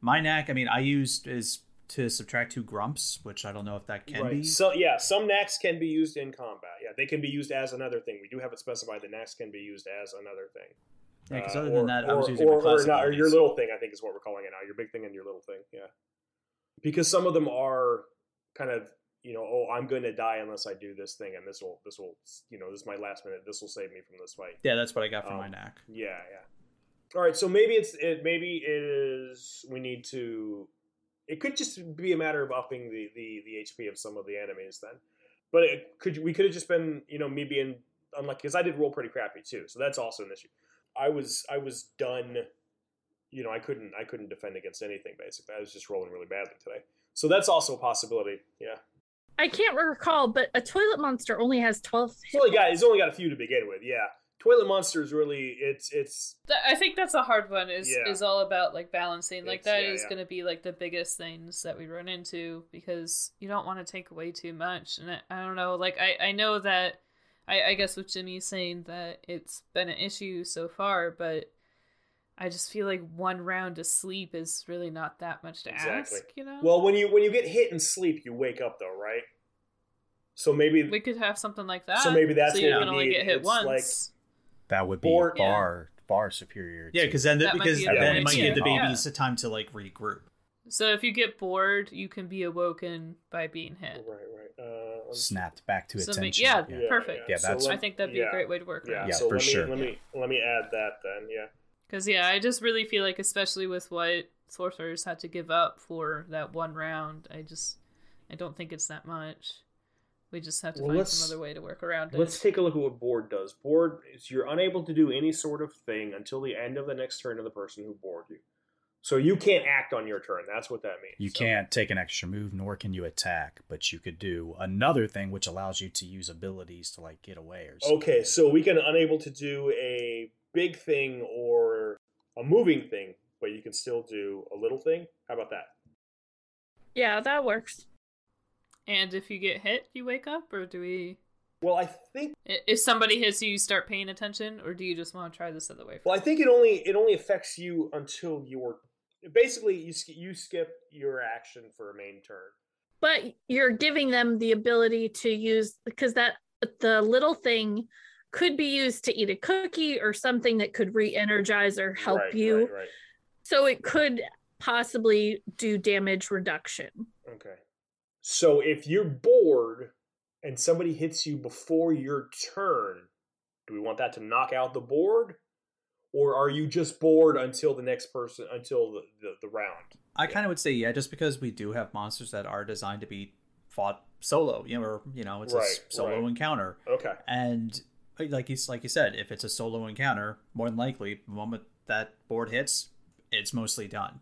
My knack, I mean, I used is to subtract two grumps, which I don't know if that can
right.
be.
So yeah, some knacks can be used in combat. Yeah, they can be used as another thing. We do have it specified that knacks can be used as another thing.
yeah, because
Uh,
other
or-
than that, I was
or-
using
or,
my
or
classic
not- or your
abilities.
little thing. I think is what we're calling it now. Your big thing and your little thing. Yeah, because some of them are kind of you know, oh, I'm going to die unless I do this thing, and this will this will you know this is my last minute. This will save me from this fight.
Yeah, that's what I got from
Um,
my knack.
Yeah, yeah. All right, so maybe it's it maybe it is we need to it could just be a matter of upping the the the HP of some of the enemies then. But it could we could have just been, you know, me being unlucky cuz I did roll pretty crappy too. So that's also an issue. I was I was done you know, I couldn't I couldn't defend against anything basically. I was just rolling really badly today. So that's also a possibility. Yeah.
I can't recall, but a toilet monster only has 12.
He's only got he's only got a few to begin with. Yeah. Toilet monsters really it's it's
Th- I think that's a hard one. Is
Yeah.
is all about like balancing. Like
It's-
that
yeah,
is
yeah.
going to be like the biggest things that we run into because you don't want to take away too much. And I, I don't know. Like I I know that I I guess with Jimmy saying that it's been an issue so far, but I just feel like one round of sleep is really not that much to ask. You know.
Well, when you when you get hit and sleep, you wake up though, right? So maybe
we could have something like that.
so maybe that's
so
what
you
we
can only
need.
get hit
It's
once.
like-
That would be
Or- Yeah.
far far superior.
Yeah,
to-
because then the,
That might
because
be
another
then
way
it might
too.
give
Oh,
the
Yeah.
babies a time to like regroup.
So if you get bored, you can be awoken by being hit.
Right, right. Uh, let's-
snapped back to
So ma-
attention.
yeah, perfect.
Yeah, that's-
I think that'd be
yeah,
a great way to work
Yeah,
around.
Yeah,
so
for
let me,
sure.
Let me let me add that then. Yeah.
Because yeah, I just really feel like, especially with what sorcerers had to give up for that one round, I just I don't think it's that much. We just have to
Well,
find
let's-
some other way to work around it.
Let's take a look at what board does. Board is you're unable to do any sort of thing until the end of the next turn of the person who bored you. So you can't act on your turn. That's what that means.
You
So-
can't take an extra move, nor can you attack, but you could do another thing which allows you to use abilities to like get away or something.
Okay, so we can unable to do a big thing or a moving thing, but you can still do a little thing. How about that?
Yeah, that works.
And if you get hit, you wake up, or do we?
Well, I think
i- If somebody hits you, you start paying attention, or do you just want to try this other way?
Well, I think it only it only affects you until your basically you sk- you skip your action for a main turn.
But you're giving them the ability to use, because that the little thing could be used to eat a cookie or something that could re energize or help
Right,
you.
Right, right.
So it could possibly do damage reduction.
Okay. So if you're bored and somebody hits you before your turn, do we want that to knock out the board? Or are you just bored until the next person until the, the, the round?
I kind of would say yeah, just because we do have monsters that are designed to be fought solo, you know, or you know, it's a s-
Right,
solo
right.
encounter,
Okay.
and like like you s- like you said, if it's a solo encounter, more than likely, the moment that board hits, it's mostly done.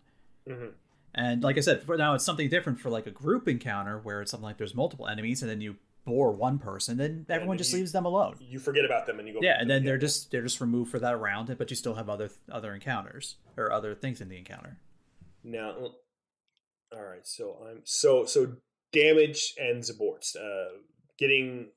hmm
And like I said, for now it's something different for like a group encounter where it's something like there's multiple enemies and then you bore one person, then everyone
then
just
you-
leaves them alone.
You forget about them and you go.
yeah, and then they're just they're just removed for that round, but you still have other other encounters or other things in the encounter.
Now, all right. So I'm so so damage ends a board. Uh, getting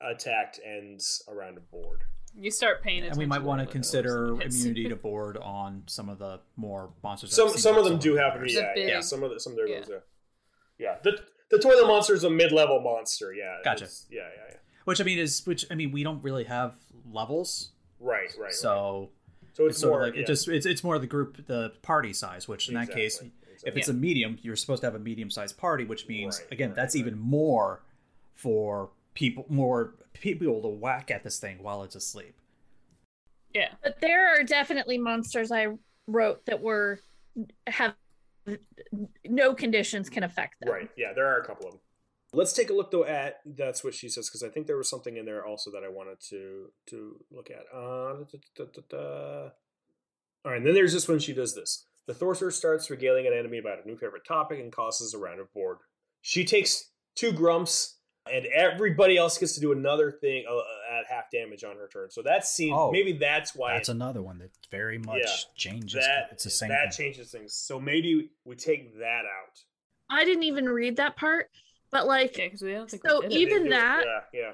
attacked ends around a board.
You start paying
And
attention.
we might want to
when it
consider
hits.
immunity to board on some of the more monsters. that
Some
seem
some
like
of them do
solo
have to be
The
yeah,
big-
yeah. Some of the, some of their
yeah.
ones are yeah. The the toilet monster is a mid level monster. Yeah.
Gotcha.
it's- Yeah, yeah, yeah.
Which I mean is which I mean we don't really have levels,
Right, right, right.
so
so
it's, sort
more
of like
yeah,
it just it's it's more the group the party size. Which in that case,
exactly,
if it's
exactly.
a medium, you're supposed to have a medium sized party, which means
Right,
again
right,
that's
right.
even more for people more people to whack at this thing while it's asleep.
Yeah.
But there are definitely monsters I wrote that were have no conditions can affect them.
right, yeah, there are a couple of them. Let's take a look though at that's what she says because I think there was something in there also that I wanted to to look at. Uh, da, da, da, da, da. All right, and then there's this one. She does this. The sorcerer starts regaling an enemy about a new favorite topic and causes a round of board. She takes two grumps, and everybody else gets to do another thing uh, uh, at half damage on her turn. So that seems maybe that's why
Oh, That's
it-
another one that very much
Yeah,
changes.
that-
it's the same
that
thing.
changes things. So maybe we take that out.
I didn't even read that part, but like, so
did it.
even that,
Yeah, yeah.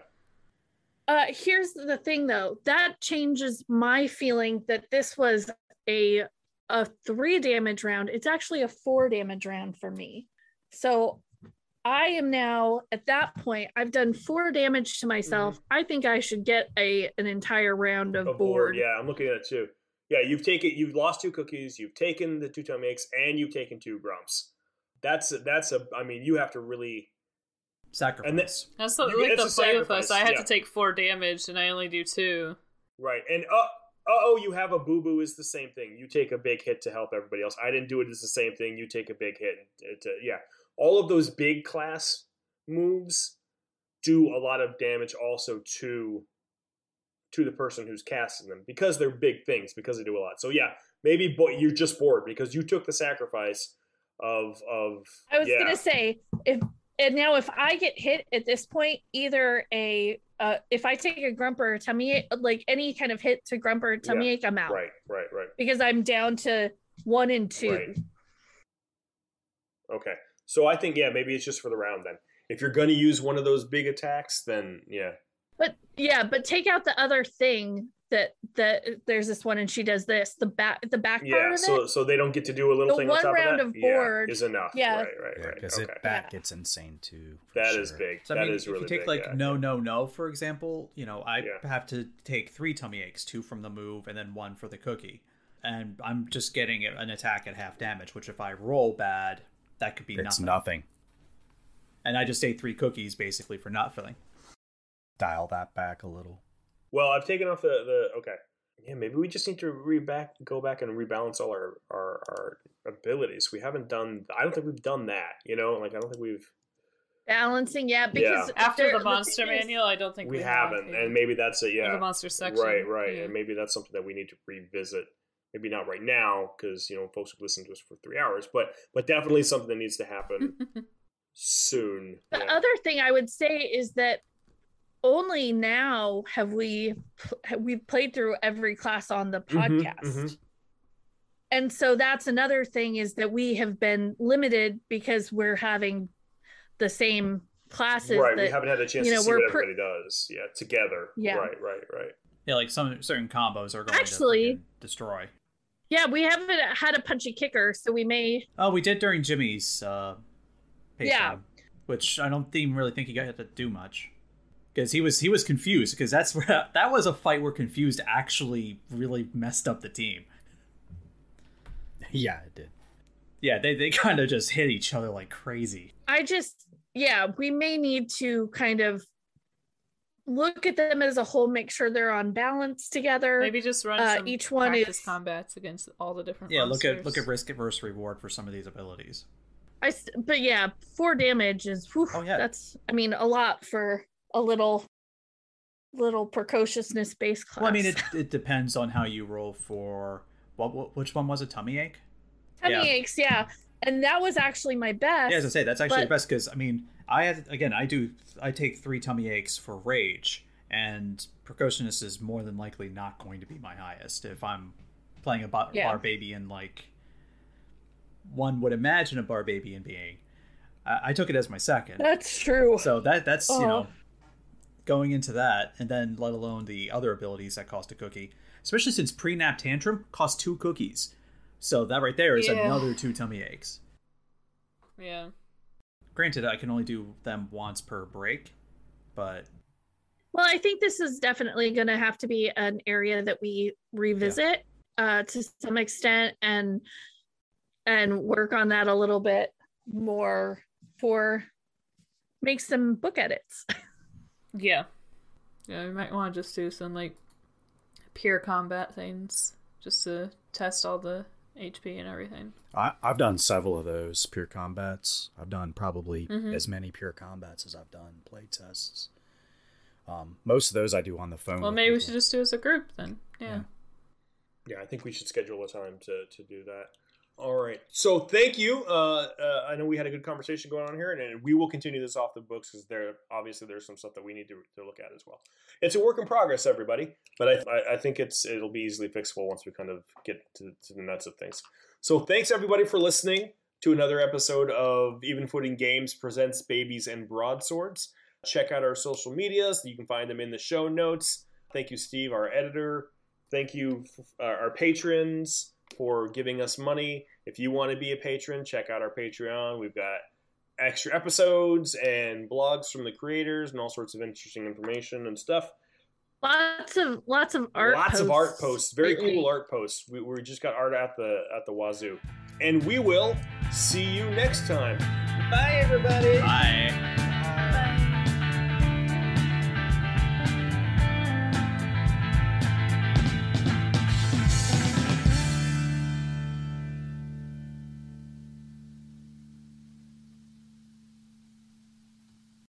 uh, here's the thing though that changes my feeling that this was a a three damage round it's actually a four damage round for me so i am now at that point i've done four damage to myself i think i should get a an entire round of
A
board,
Mm-hmm. board. Yeah, I'm looking at it too. Yeah, you've taken you've lost two cookies, you've taken the two tummy aches, and you've taken two grumps. That's that's a I mean, you have to really
sacrifice.
And this
That's the,
You-
like the
that's a
play with us.
sacrifice,
I had
yeah.
to take four damage and I only do two.
right. And uh oh you have a boo boo is the same thing. You take a big hit to help everybody else. I didn't do it, it's the same thing. You take a big hit to, to- yeah. All of those big class moves do a lot of damage also to to the person who's casting them because they're big things because they do a lot. So yeah, maybe bo- you're just bored because you took the sacrifice of of
I was
yeah.
gonna say if and now if I get hit at this point, either a uh, if I take a grumper tummy ache, like any kind of hit to grumper tummy
Yeah,
ache, I'm out
right, right, right.
because I'm down to one and two.
Right. Okay. So I think yeah, maybe it's just for the round then. If you're going to use one of those big attacks, then yeah.
But yeah, but take out the other thing that that there's this one and she does this the back the back part
Yeah,
of
so
it.
so they don't get to do a little
The
thing on
one
top
round
of
of
that. Yeah,
board,
is enough.
yeah.
Right, right, right.
because
okay.
it back gets insane too.
That is big.
So, I
That
mean,
is really
if you take
big,
like
yeah.
no, no, no, for example, you know, I
Yeah.
have to take three tummy aches, two from the move, and then one for the cookie, and I'm just getting an attack at half damage. Which if I roll bad, that could be
It's
nothing.
nothing.
And I just ate three cookies basically for not filling.
Dial that back a little.
Well, I've taken off the the okay. Yeah, maybe we just need to re back go back and rebalance all our, our our abilities. We haven't done. I don't think we've done that. You know, like I don't think we've
Balancing, yeah, because
Yeah.
After
there-
the
thing
monster
is-
manual, I don't think
we,
we, have
haven't,
either.
and maybe that's it. Yeah,
the monster section,
Right, right,
yeah.
and maybe that's something that we need to revisit. Maybe not right now because you know folks have listened to us for three hours, but but definitely something that needs to happen soon.
The
Yeah.
Mm-hmm. other thing I would say is that only now have we have we played through every class on the
Mm-hmm,
Mhm,
podcast.
mhm.
And so that's another thing is that we have been limited because we're having the same classes
Right, we
that-
haven't had a chance
you
to
know,
see
we're
what
pre-
everybody does. Yeah, together.
Yeah.
Right, right, right.
Yeah, like some certain combos are going
Actually-
to freaking destroy.
yeah, we haven't had a punchy kicker, so we may
Oh, we did during Jimmy's uh Patreon,
Yeah.
which I don't think really think he got to do much. Because he was he was confused because that's where that was a fight where confused actually really messed up the team.
yeah, it did.
Yeah, they, they kind of just hit each other like crazy.
I just yeah, we may need to kind of look at them as a whole, make sure they're on balance together.
Maybe just run
Uh,
some
each one
practice
is-
combats against all the different.
Yeah, look at
monsters.
look at risk adverse reward for some of these abilities.
I s- but yeah, four damage is whew,
Oh, yeah.
that's I mean a lot for a little little precociousness base class.
Well, I mean, it, it depends on how you roll for what, what which one was it? Tummy ache.
tummy
yeah.
aches, yeah, and that was actually my best.
Yeah, as I say, that's actually
but-
the best because I mean, I had again, I do, I take three tummy aches for rage, and precociousness is more than likely not going to be my highest if I'm playing a bar,
Yeah.
barbabian like one would imagine a barbabian being. I, I took it as my second,
That's true.
so that that's you know
Oh.
going into that, and then let alone the other abilities that cost a cookie, especially since pre-nap tantrum cost two cookies, so that right there is
Yeah.
another two tummy aches.
yeah.
Granted, I can only do them once per break, but
Well, I think this is definitely going to have to be an area that we revisit uh, to some extent and and work on that a little bit more for make some book edits.
Yeah. Yeah, we might want to just do some like pure combat things just to test all the HP and everything.
I, I've done several of those pure combats. I've done probably
Mhm.
as many pure combats as I've done play tests. Um, most of those I do on the
Oh,
phone.
Well,
with
maybe we
people.
should just do it as a group then. Yeah.
Yeah, I think we should schedule a time to to do that. All right. So thank you. Uh, uh, I know we had a good conversation going on here, and, and we will continue this off the books because there obviously there's some stuff that we need to, to look at as well. It's a work in progress, everybody, but I, I, I think it's it'll be easily fixable once we kind of get to, to the nuts of things. So thanks everybody for listening to another episode of Even Footing Games presents Babies and Broadswords. Check out our social medias. You can find them in the show notes. Thank you, Steve, our editor. Thank you, uh, our patrons for giving us money. If you want to be a patron, check out our Patreon. We've got extra episodes and blogs from the creators and all sorts of interesting information and stuff.
Lots of lots of art.
Lots
posts.
of art posts. Very cool art posts. We, we just got art at the at the wazoo, and we will see you next time.
Bye, everybody.
Bye.